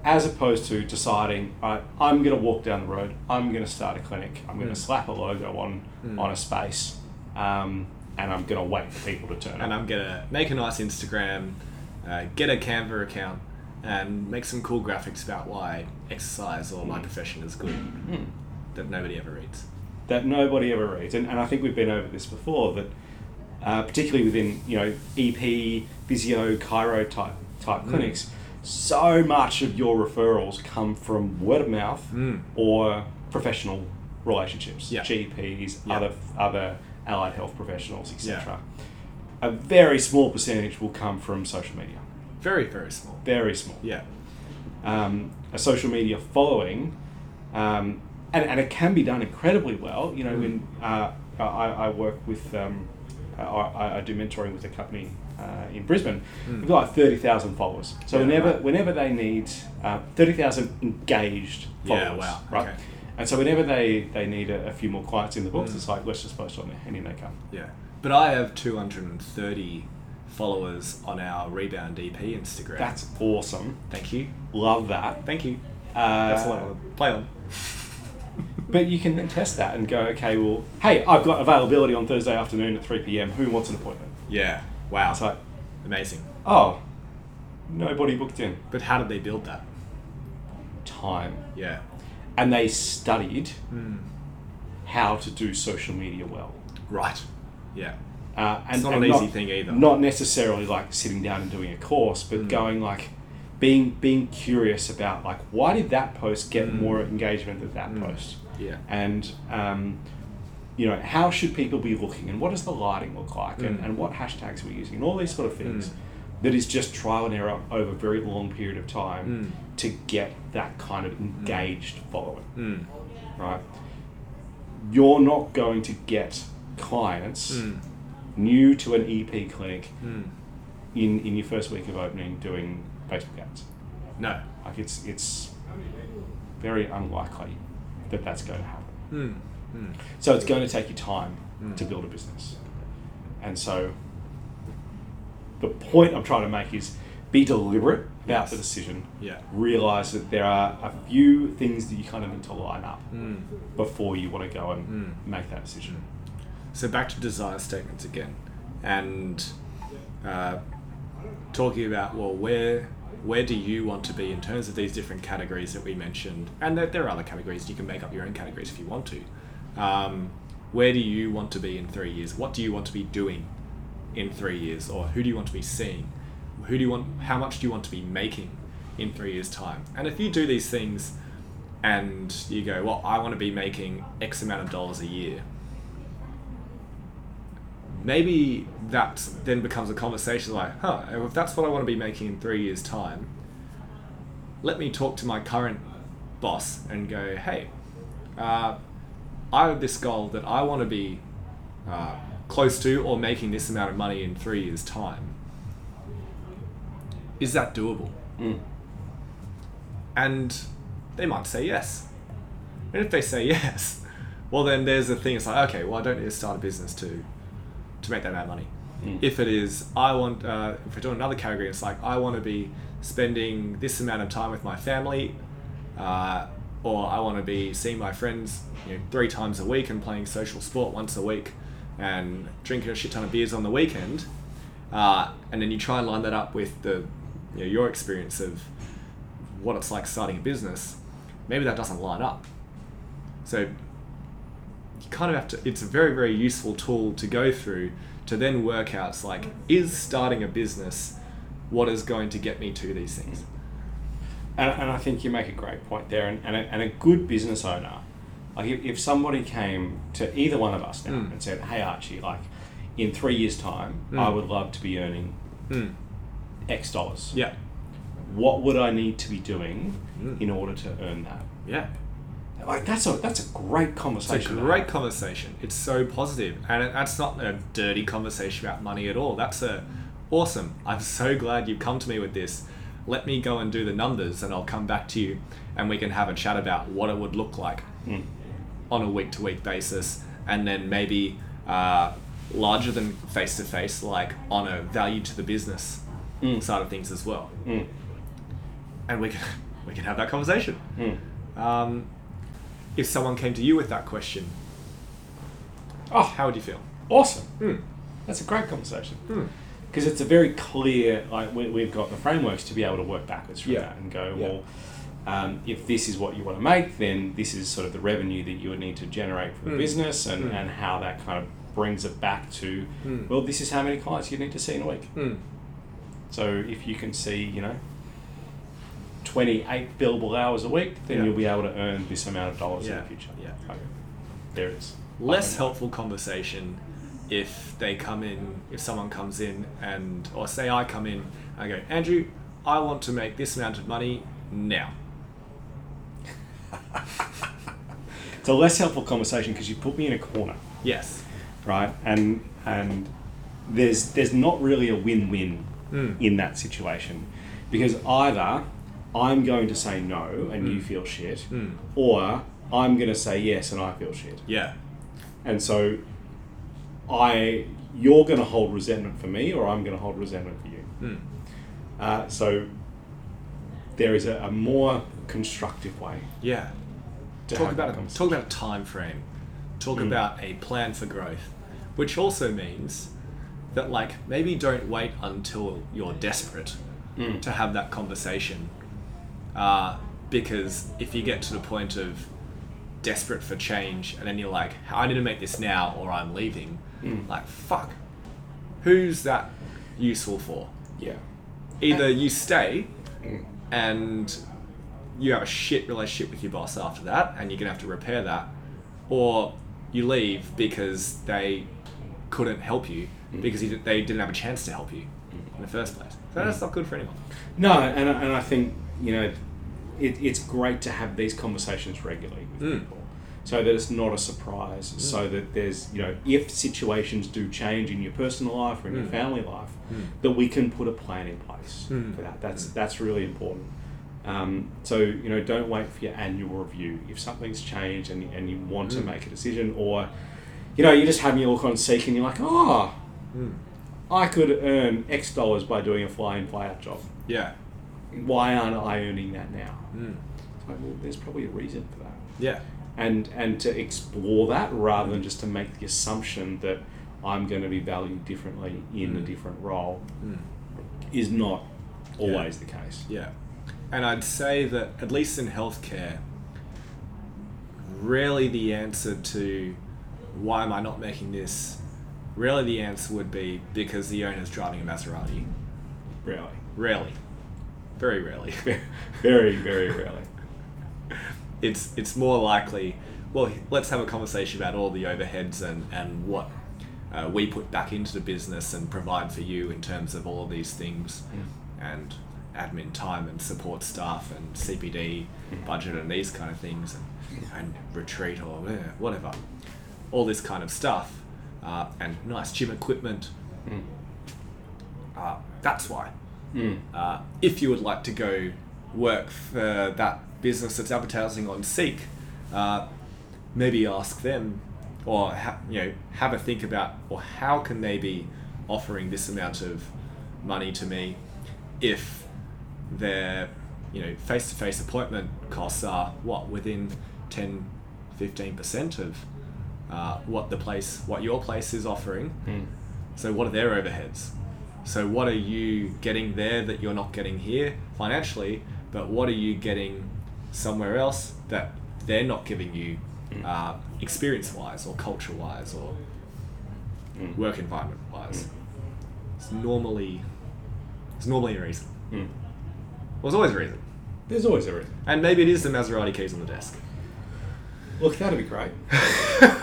B: as opposed to deciding all right, I'm going to walk down the road I'm going to start a clinic I'm going to
A: Mm.
B: slap a logo on
A: Mm.
B: on a space um, and I'm going to wait for people to turn
A: and
B: up
A: I'm gonna make a nice Instagram, uh, get a Canva account, and make some cool graphics about why exercise or my profession is good
B: Hmm.
A: that nobody ever reads.
B: that nobody ever reads and, and I think we've been over this before that uh, particularly within you know EP physio chiro type type
A: Mm.
B: clinics so much of your referrals come from word of mouth
A: Mm.
B: or professional relationships,
A: Yeah.
B: GPs,
A: Yeah.
B: other other allied health professionals, etc. A very small percentage will come from social media.
A: Very very small.
B: Very small.
A: Yeah.
B: Um, a social media following, um, and, and it can be done incredibly well. You know,
A: Mm.
B: when uh, I, I work with, um, I- I, I do mentoring with a company uh, in Brisbane,
A: Mm.
B: we've got like thirty thousand followers. So
A: Yeah,
B: whenever
A: right.
B: whenever they need uh, thirty thousand engaged
A: Yeah,
B: followers,
A: wow,
B: right?
A: okay.
B: And so whenever they, they need a, a few more clients in the books,
A: Mm.
B: it's like, let's just post on there, and in they come.
A: Yeah. But I have 230 followers on our Rebound EP Instagram.
B: That's awesome.
A: Thank you.
B: Love that.
A: Thank you.
B: Uh,
A: That's a lot of play on.
B: But you can then test that and go, okay, well, hey, I've got availability on Thursday afternoon at 3 p.m. Who wants an appointment?
A: Yeah. Wow.
B: It's like,
A: Amazing.
B: oh, nobody booked in.
A: But how did they build that?
B: Time.
A: Yeah.
B: And they studied
A: Hmm.
B: how to do social media well.
A: Right. Yeah.
B: Uh, and,
A: It's not
B: and
A: an easy thing either. Hmm.
B: Not necessarily like sitting down and doing a course, but going like, being being curious about like why did that post get
A: Hmm.
B: more engagement than that post?
A: Yeah.
B: and um, you know how should people be looking and what does the lighting look like and,
A: Mm.
B: and what hashtags we're using and all these sort of things
A: Mm.
B: that is just trial and error over a very long period of time to get that kind of engaged following
A: Mm.
B: right you're not going to get clients
A: Mm.
B: new to an ep clinic
A: Mm.
B: in, in your first week of opening doing facebook ads
A: No.
B: like it's it's very unlikely that that's going to happen
A: Mm. Mm.
B: So it's going to take you time to build a business. And so the point I'm trying to make is be deliberate about
A: Yes.
B: the decision.
A: Yeah.
B: Realize that there are a few things that you kind of need to line up
A: Mm.
B: before you want to go and
A: Mm.
B: make that decision.
A: So back to desire statements again, and uh, talking about well, where where do you want to be in terms of these different categories that we mentioned, and there, there are other categories you can make up your own categories if you want to. Um, where do you want to be in three years? What do you want to be doing in three years, or who do you want to be seeing? Who do you want? How much do you want to be making in three years' time? And if you do these things, and you go, well, I want to be making X amount of dollars a year maybe that then becomes a conversation like, huh, if that's what I want to be making in three years' time, let me talk to my current boss and go, hey, uh, I have this goal that I want to be uh, close to or making this amount of money in three years' time. Is that doable?
B: Mm.
A: And they might say yes. And if they say yes, well, then there's the thing. It's like, okay, well, I don't need to start a business to to make that amount of money.
B: Mm.
A: If it is, I want. Uh, if we're doing another category, it's like I want to be spending this amount of time with my family, uh, or I want to be seeing my friends, you know, three times a week and playing social sport once a week, and drinking a shit ton of beers on the weekend. Uh, and then you try and line that up with the, you know, your experience of what it's like starting a business. Maybe that doesn't line up. So you kind of have to it's a very very useful tool to go through to then work out it's like is starting a business what is going to get me to these things
B: And, and I think you make a great point there. And, and, a, and a good business owner, like if, if somebody came to either one of us now
A: Mm.
B: and said, hey, Archie, like in three years' time,
A: Mm.
B: I would love to be earning
A: mm.
B: X dollars.
A: yeah
B: what would I need to be doing
A: Mm.
B: in order to earn that?
A: yeah
B: Like that's a that's a great
A: it's a
B: conversation. to have.
A: great conversation it's so positive and it, that's not a dirty conversation about money at all that's a awesome i'm so glad you've come to me with this let me go and do the numbers and i'll come back to you and we can have a chat about what it would look like
B: Mm.
A: on a week to week basis, and then maybe uh, larger than face to face, like on a value to the business
B: Mm.
A: side of things as well.
B: Mm.
A: And we can we can have that conversation.
B: Mm.
A: Um, if someone came to you with that question,
B: Oh,
A: how would you feel?
B: awesome!
A: Hmm.
B: That's a great conversation
A: Hmm.
B: because it's a very clear. Like we, we've got the frameworks to be able to work backwards from
A: Yeah.
B: that and go
A: Yeah.
B: well. Um, if this is what you want to make, then this is sort of the revenue that you would need to generate for the
A: Mm.
B: business, and,
A: Mm.
B: and how that kind of brings it back to
A: Mm.
B: well, this is how many clients you need to see in a week.
A: Hmm.
B: So if you can see, you know, 28 billable hours a week, then
A: Yeah.
B: you'll be able to earn this amount of dollars in
A: Yeah,
B: the future.
A: yeah.
B: Like, there it is.
A: Less
B: Like,
A: helpful conversation if they come in, if someone comes in and, or say I come in, I go, Andrew, I want to make this amount of money now.
B: It's a less helpful conversation because you put me in a corner,
A: Yes.
B: right? And and there's there's not really a win-win
A: Mm.
B: in that situation
A: Hmm.
B: because either I'm going to say no and you feel shit,
A: Mm.
B: or I'm going to say yes and I feel shit.
A: Yeah.
B: And so I you're going to hold resentment for me or I'm going to hold resentment for you.
A: Mm.
B: Uh, so there is a, a more constructive way
A: Yeah.
B: to
A: talk
B: have
A: about
B: that
A: a,
B: conversation. Hmm.
A: talk about a time frame talk about a plan for growth which also means that like maybe don't wait until you're desperate
B: Mm.
A: to have that conversation uh, because if you get to the point of desperate for change and then you're like i need to make this now or i'm leaving
B: Mm.
A: like fuck who's that useful for
B: Yeah.
A: either you stay
B: Mm.
A: and you have a shit relationship with your boss after that, and you're gonna have to repair that, or you leave because they couldn't help you because you, di- they didn't have a chance to help you in the first place. So that's not good for anyone.
B: No, and, I- and I think, you know, it, it's great to have these conversations regularly with
A: Mm.
B: people so that it's not a surprise, so that there's, you know, if situations do change in your personal life or in your
A: Mm.
B: family life,
A: Mm.
B: that we can put a plan in place
A: Mm.
B: for that. That's, that's really important. Um, so, you know, don't wait for your annual review. If something's changed and, and you want to
A: Mm.
B: make a decision, or, you know, you're just having a look on Seek and you're like, oh,
A: Mm.
B: I could earn X dollars by doing a fly in, fly out job
A: Yeah.
B: why aren't I earning that now?
A: Mm.
B: It's like, well, there's probably a reason for that.
A: Yeah.
B: And and to explore that rather than just to make the assumption that I'm going to be valued differently in a
A: Mm.
B: different role
A: Mm.
B: is not always the case.
A: Yeah. And I'd say that, at least in healthcare, rarely the answer to why am I not making this, rarely the answer would be because the owner's driving a Maserati.
B: Rarely.
A: Rarely. Very rarely.
B: Very, very rarely.
A: it's it's more likely, well, let's have a conversation about all the overheads and, and what uh, we put back into the business and provide for you in terms of all of these things and admin time and support staff and CPD budget and these kind of things and, and retreat or eh, whatever. All this kind of stuff uh, and nice gym equipment.
B: Mm.
A: Uh, that's why.
B: Mm.
A: Uh, if you would like to go work for that business that's advertising on Seek, uh, maybe ask them or ha- you know have a think about or how can they be offering this amount of money to me if their you know face-to-face appointment costs are what within 10 15% of uh, what the place what your place is offering
B: Mm.
A: so what are their overheads? So what are you getting there that you're not getting here financially? But what are you getting somewhere else that they're not giving you, uh, experience-wise or culture-wise or
B: Mm.
A: work environment-wise? It's normally it's normally a reason.
B: Mm.
A: Well, there's always a reason,
B: There's always a reason.
A: and maybe it is the Maserati keys on the desk.
B: Look, that'd be great.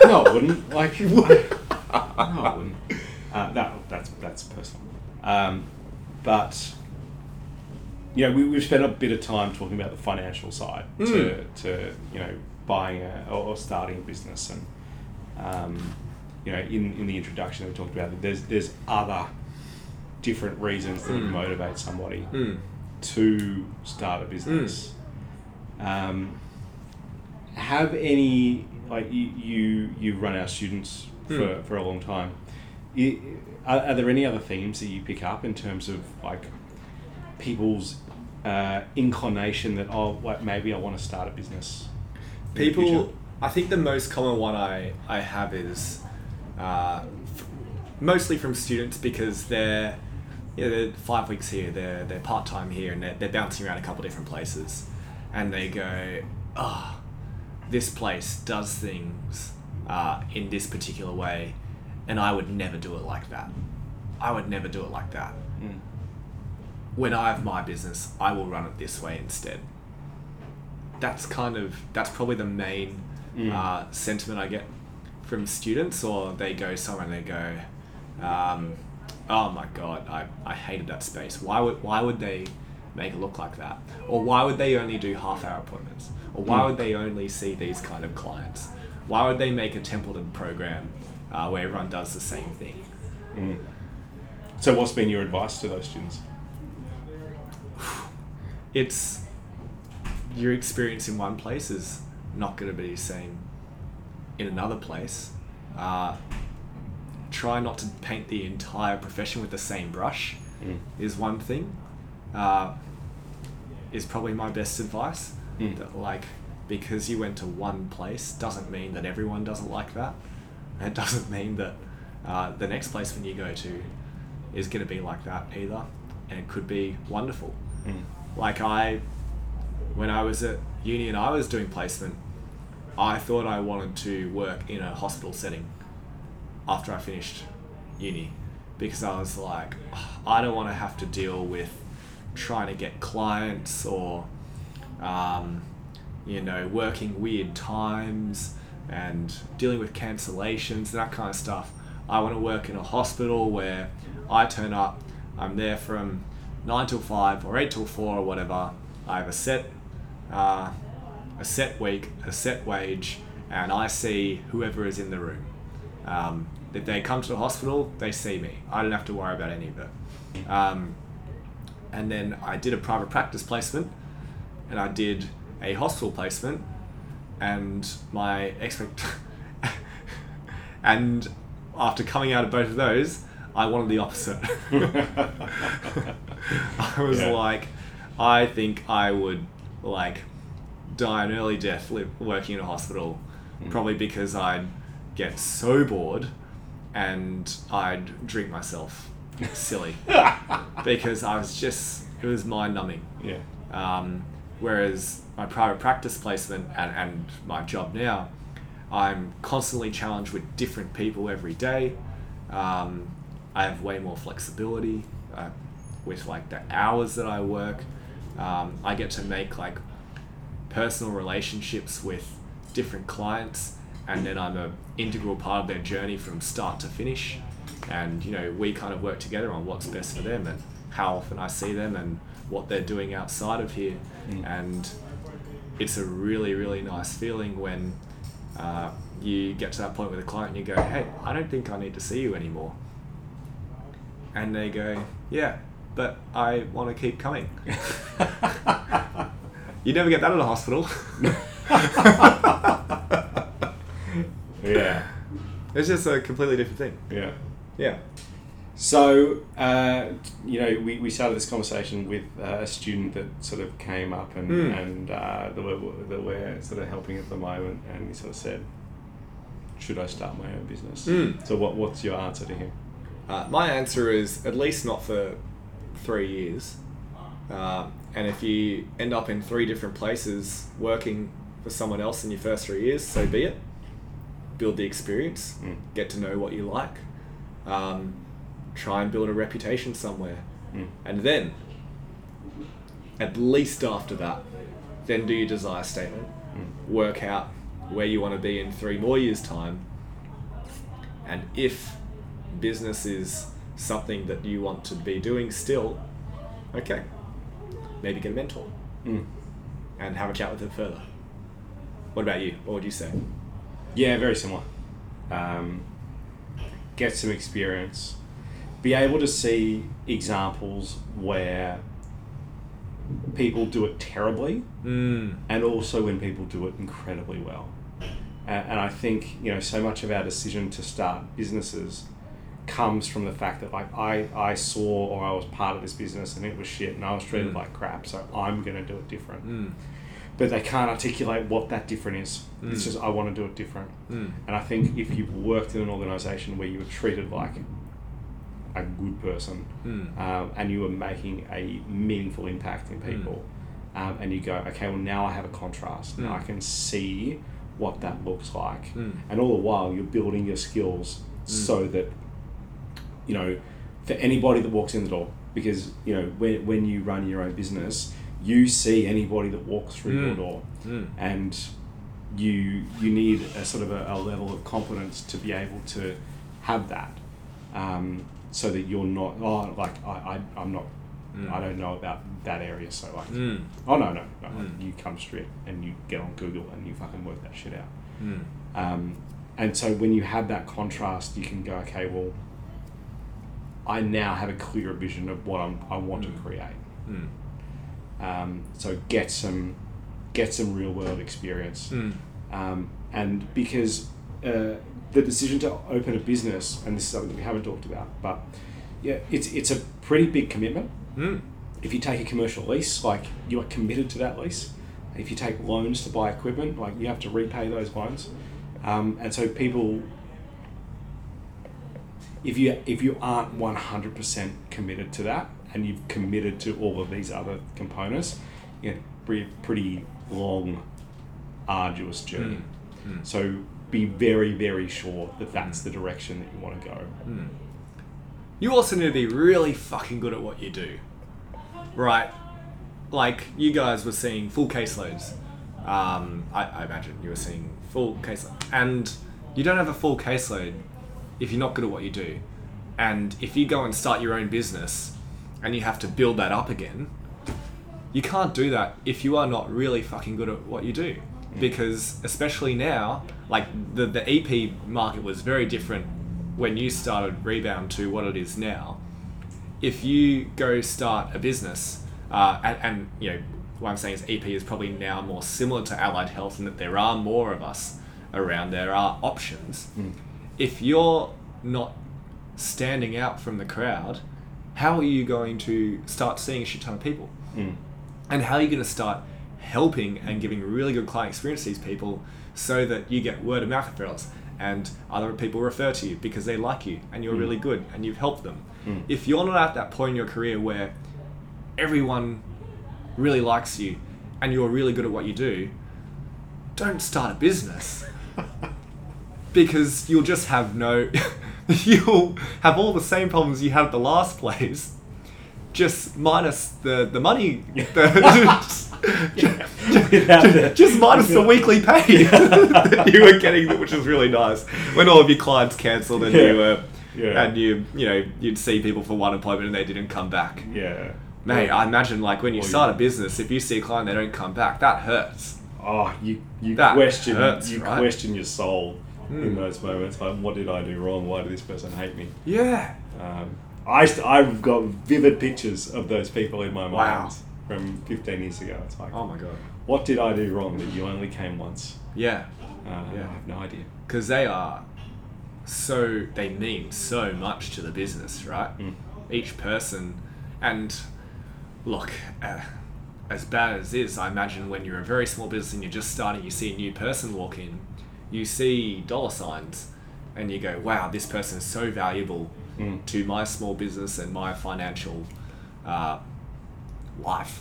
B: no, I wouldn't. Like, you would. no, I wouldn't. Uh, that, that's that's personal. Um, but you know, we, we've spent a bit of time talking about the financial side
A: Mm.
B: to, to you know buying a, or, or starting a business, and um, you know, in, in the introduction we talked about that there's there's other different reasons that would
A: Mm.
B: motivate somebody
A: Mm.
B: to start a business. Um, have any like you you you run our students for,
A: Mm.
B: for a long time? I- Are, are there any other themes that you pick up in terms of like people's uh, inclination that oh like maybe I want to start a business? in the
A: people
B: future?
A: i think the most common one i, I have is uh, f- mostly from students because they're, you know, they're five weeks here they're, they're part-time here and they're, they're bouncing around a couple different places and they go oh this place does things uh, in this particular way and i would never do it like that i would never do it like that
B: Mm.
A: when I have my business, I will run it this way instead. That's kind of that's probably the main
B: Mm.
A: uh, sentiment I get from students, or they go somewhere and they go, um, "Oh my god, I, I hated that space. Why would why would they make it look like that? Or why would they only do half hour appointments? Or why
B: Mm.
A: would they only see these kind of clients? Why would they make a templated program uh, where everyone does the same thing?"
B: Mm. So what's been your advice to those students?
A: it's your experience in one place is not going to be seen in another place. Uh, try not to paint the entire profession with the same brush
B: Mm.
A: is one thing. Uh, is probably my best advice.
B: Mm.
A: That like because you went to one place doesn't mean that everyone doesn't like that. It doesn't mean that uh, the next place when you go to is going to be like that either, and it could be wonderful.
B: Mm.
A: Like I, when I was at uni and I was doing placement, I thought I wanted to work in a hospital setting after I finished uni because I was like, "Ugh, I don't want to have to deal with trying to get clients or, um, you know, working weird times and dealing with cancellations, that kind of stuff. I want to work in a hospital where I turn up, I'm there from 9 till 5 or 8 till 4 or whatever. I have a set uh, a set week, a set wage, and I see whoever is in the room. Um, if they come to the hospital, they see me. I don't have to worry about any of it. Um, and then I did a private practice placement, and I did a hospital placement, and my expect, and after coming out of both of those, I wanted the opposite. I was
B: Yeah.
A: like, I think I would like die an early death li- working in a hospital, probably because I'd get so bored and I'd drink myself silly because I was just it was mind numbing.
B: Yeah.
A: Um, whereas my private practice placement and, and my job now, I'm constantly challenged with different people every day. Um, I have way more flexibility uh, with like the hours that I work. Um, I get to make like personal relationships with different clients, and then I'm a integral part of their journey from start to finish. And you know, we kind of work together on what's best for them and how often I see them and what they're doing outside of here.
B: Mm.
A: And it's a really, really nice feeling when uh, you get to that point with a client and you go, "Hey, I don't think I need to see you anymore." And they go, "Yeah, but I want to keep coming." You never get that at a hospital.
B: yeah.
A: it's just a completely different thing.
B: Yeah.
A: Yeah.
B: So, uh, you know, we, we started this conversation with uh, a student that sort of came up and,
A: Mm.
B: and uh, that, we're, that we're sort of helping at the moment, and he sort of said, Should I start my own business?
A: Mm.
B: So, what, what's your answer to him?
A: Uh, my answer is at least not for three years. Um, and if you end up in three different places working for someone else in your first three years, so be it. Build the experience,
B: Mm.
A: get to know what you like, um, try and build a reputation somewhere.
B: Mm.
A: And then, at least after that, then do your desire statement.
B: Mm.
A: Work out where you want to be in three more years' time. And if business is something that you want to be doing still, okay, maybe get a mentor
B: Mm.
A: and have a chat with them further. What about you? What would you say?
B: Yeah, very similar. Um, get some experience, be able to see examples where people do it terribly,
A: Mm.
B: and also when people do it incredibly well. A- And I think you know so much of our decision to start businesses comes from the fact that like I, I saw or I was part of this business and it was shit and I was treated
A: Mm.
B: like crap, so I'm gonna do it different.
A: Mm.
B: But they can't articulate what that different is. It's
A: Mm.
B: just I want to do it different.
A: Mm.
B: And I think if you've worked in an organisation where you were treated like a good person
A: Mm.
B: um, and you were making a meaningful impact in people, um, and you go, okay, well, now I have a contrast. Now
A: Mm.
B: I can see what that looks like.
A: Mm.
B: And all the while, you're building your skills so that, you know, for anybody that walks in the door, because, you know, when, when you run your own business, you see anybody that walks through your
A: Mm.
B: door
A: Mm.
B: and you you need a sort of a, a level of confidence to be able to have that um, so that you're not oh like I, I I'm not
A: Mm.
B: I don't know about that area so like
A: Mm.
B: oh no no, no like,
A: Mm.
B: you come straight and you get on Google and you fucking work that shit out
A: Mm.
B: um, and so when you have that contrast you can go okay well I now have a clearer vision of what I'm, I want to
A: Mm.
B: create
A: Mm.
B: um, so get some get some real world experience.
A: Mm.
B: Um, and because uh, the decision to open a business, and this is something that we haven't talked about, but yeah, it's it's a pretty big commitment.
A: Mm.
B: If you take a commercial lease, like you are committed to that lease. If you take loans to buy equipment, like you have to repay those loans. Um, and so people, if you if you aren't one hundred percent committed to that, and you've committed to all of these other components, you know, pretty pretty long, arduous journey.
A: Mm.
B: So be very very sure that that's the direction that you want to go.
A: You also need to be really fucking good at what you do. Right? Like, you guys were seeing full caseloads. Um, I, I imagine you were seeing full caseload. And you don't have a full caseload if you're not good at what you do. And if you go and start your own business and you have to build that up again, you can't do that if you are not really fucking good at what you do because especially now like the, the ep market was very different when you started rebound to what it is now if you go start a business uh, and, and you know what i'm saying is ep is probably now more similar to allied health in that there are more of us around there are options if you're not standing out from the crowd how are you going to start seeing a shit ton of people
B: Mm.
A: and how are you going to start helping and giving really good client experience to these people so that you get word of mouth referrals and other people refer to you because they like you and you're really good and you've helped them.
B: Mm.
A: If you're not at that point in your career where everyone really likes you and you're really good at what you do, don't start a business because you'll just have no you'll have all the same problems you had at the last place just minus the the money the, just,
B: Without the-
A: just, minus the weekly pay that you were getting which is really nice when all of your clients cancelled and
B: Yeah.
A: you were
B: Yeah.
A: and you you know you'd see people for one appointment and they didn't come back
B: Yeah.
A: mate i imagine like when you
B: Or you-
A: start a business if you see a client they don't come back that hurts
B: Oh, you you
A: That
B: question
A: hurts,
B: you
A: right?
B: question your soul in
A: Mm.
B: those moments. Like, what did I do wrong? Why did this person hate me?
A: yeah
B: Um, I st- I've got vivid pictures of those people in my
A: Wow.
B: mind from 15 years ago. It's like,
A: oh my god
B: what did I do wrong that you only came once?
A: yeah
B: Uh,
A: Yeah.
B: I have no idea.
A: because they are so they mean so much to the business right
B: Mm.
A: each person and look uh, as bad as it is i imagine when you're a very small business and you're just starting you see a new person walk in you see dollar signs and you go wow this person is so valuable
B: Mm.
A: to my small business and my financial uh, life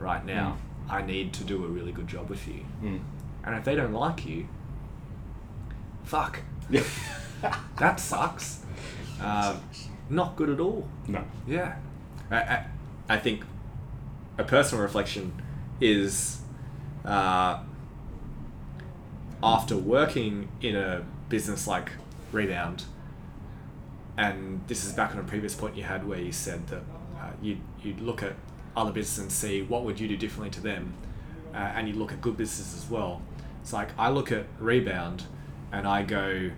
A: right now i need to do a really good job with you
B: Mm.
A: and if they don't like you fuck
B: Yeah.
A: that sucks. Uh, not good at all.
B: no.
A: Yeah. I, I, I think a personal reflection is uh, after working in a business like Rebound, and this is back on a previous point you had where you said that uh, you'd, you'd look at other businesses and see what would you do differently to them, uh, and you look at good businesses as well. It's like I look at Rebound and I go,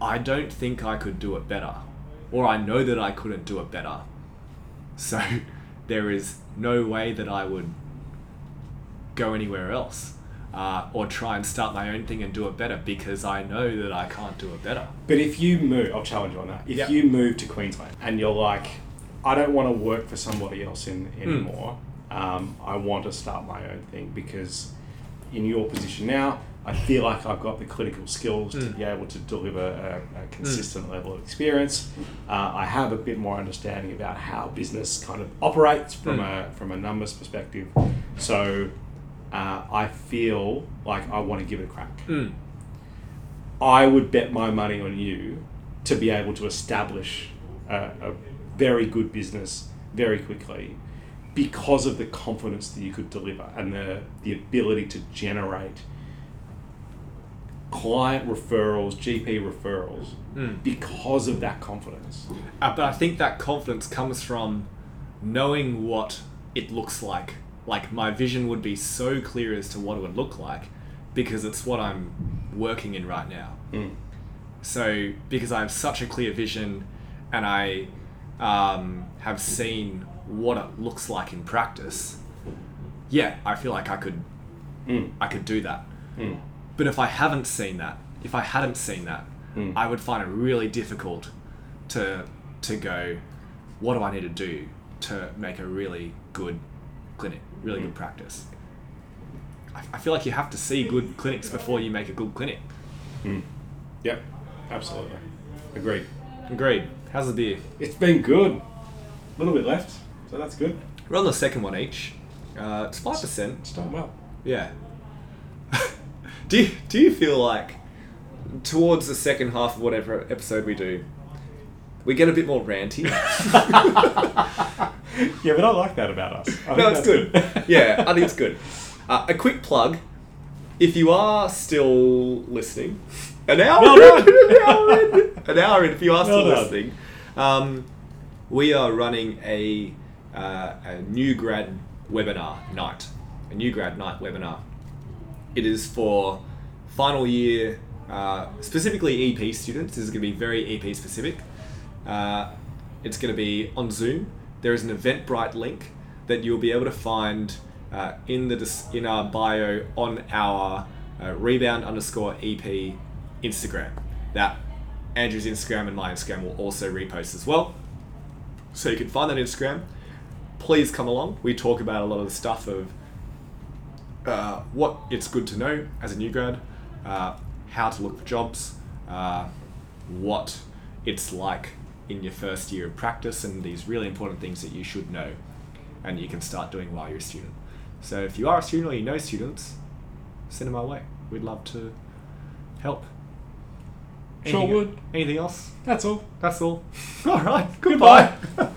A: I don't think I could do it better, or I know that I couldn't do it better. So there is no way that I would go anywhere else uh, or try and start my own thing and do it better because I know that I can't do it better.
B: But if you move, I'll challenge you on that. If
A: Yep.
B: you move to Queensland and you're like, I don't want to work for somebody else in, anymore. Um, I want to start my own thing because in your position now, I feel like I've got the clinical skills to be able to deliver a, a consistent level of experience. Uh, I have a bit more understanding about how business kind of operates from a from a numbers perspective. So uh, I feel like I want to give it a crack.
A: Mm.
B: I would bet my money on you to be able to establish a, a very good business very quickly because of the confidence that you could deliver and the, the ability to generate client referrals, GP referrals,
A: Mm.
B: because of that confidence.
A: Uh, but I think that confidence comes from knowing what it looks like. Like my vision would be so clear as to what it would look like because it's what I'm working in right now.
B: Mm.
A: So because I have such a clear vision, and I um, have seen what it looks like in practice, yeah, I feel like I could
B: Mm.
A: I could do that.
B: Mm.
A: But if I haven't seen that, if I hadn't seen that,
B: Mm.
A: I would find it really difficult to to go, what do I need to do to make a really good clinic, really good practice? I, I feel like you have to see good clinics before you make a good clinic.
B: Yep. Absolutely. Agreed.
A: Agreed. How's the beer?
B: It's been good. A little bit left, so that's good.
A: We're on the second one each. Uh, it's five percent.
B: It's done well.
A: Yeah. do you, do you feel like towards the second half of whatever episode we do, we get a bit more ranty?
B: Yeah, but I like that about us. I think
A: no, it's
B: that's
A: good. yeah, I think it's good. Uh, a quick plug: if you are still listening, an hour,
B: Well
A: in,
B: done.
A: an hour in, an hour in. If you are still
B: Well done.
A: listening, um, we are running a uh, a new grad webinar night, a new grad night webinar. It is for final year, uh, specifically EP students. This is going to be very EP specific. Uh, it's going to be on Zoom. There is an Eventbrite link that you'll be able to find uh, in the dis- in our bio on our uh, rebound underscore EP Instagram. That Andrew's Instagram and my Instagram will also repost as well. So you can find that Instagram. Please come along. We talk about a lot of the stuff of uh, what it's good to know as a new grad, uh, how to look for jobs, uh, what it's like in your first year of practice, and these really important things that you should know and you can start doing while you're a student. So if you are a student or you know students, send them our way. We'd love to help.
B: Sure
A: Anything-
B: would.
A: Anything else?
B: That's all.
A: That's all. All right. Goodbye.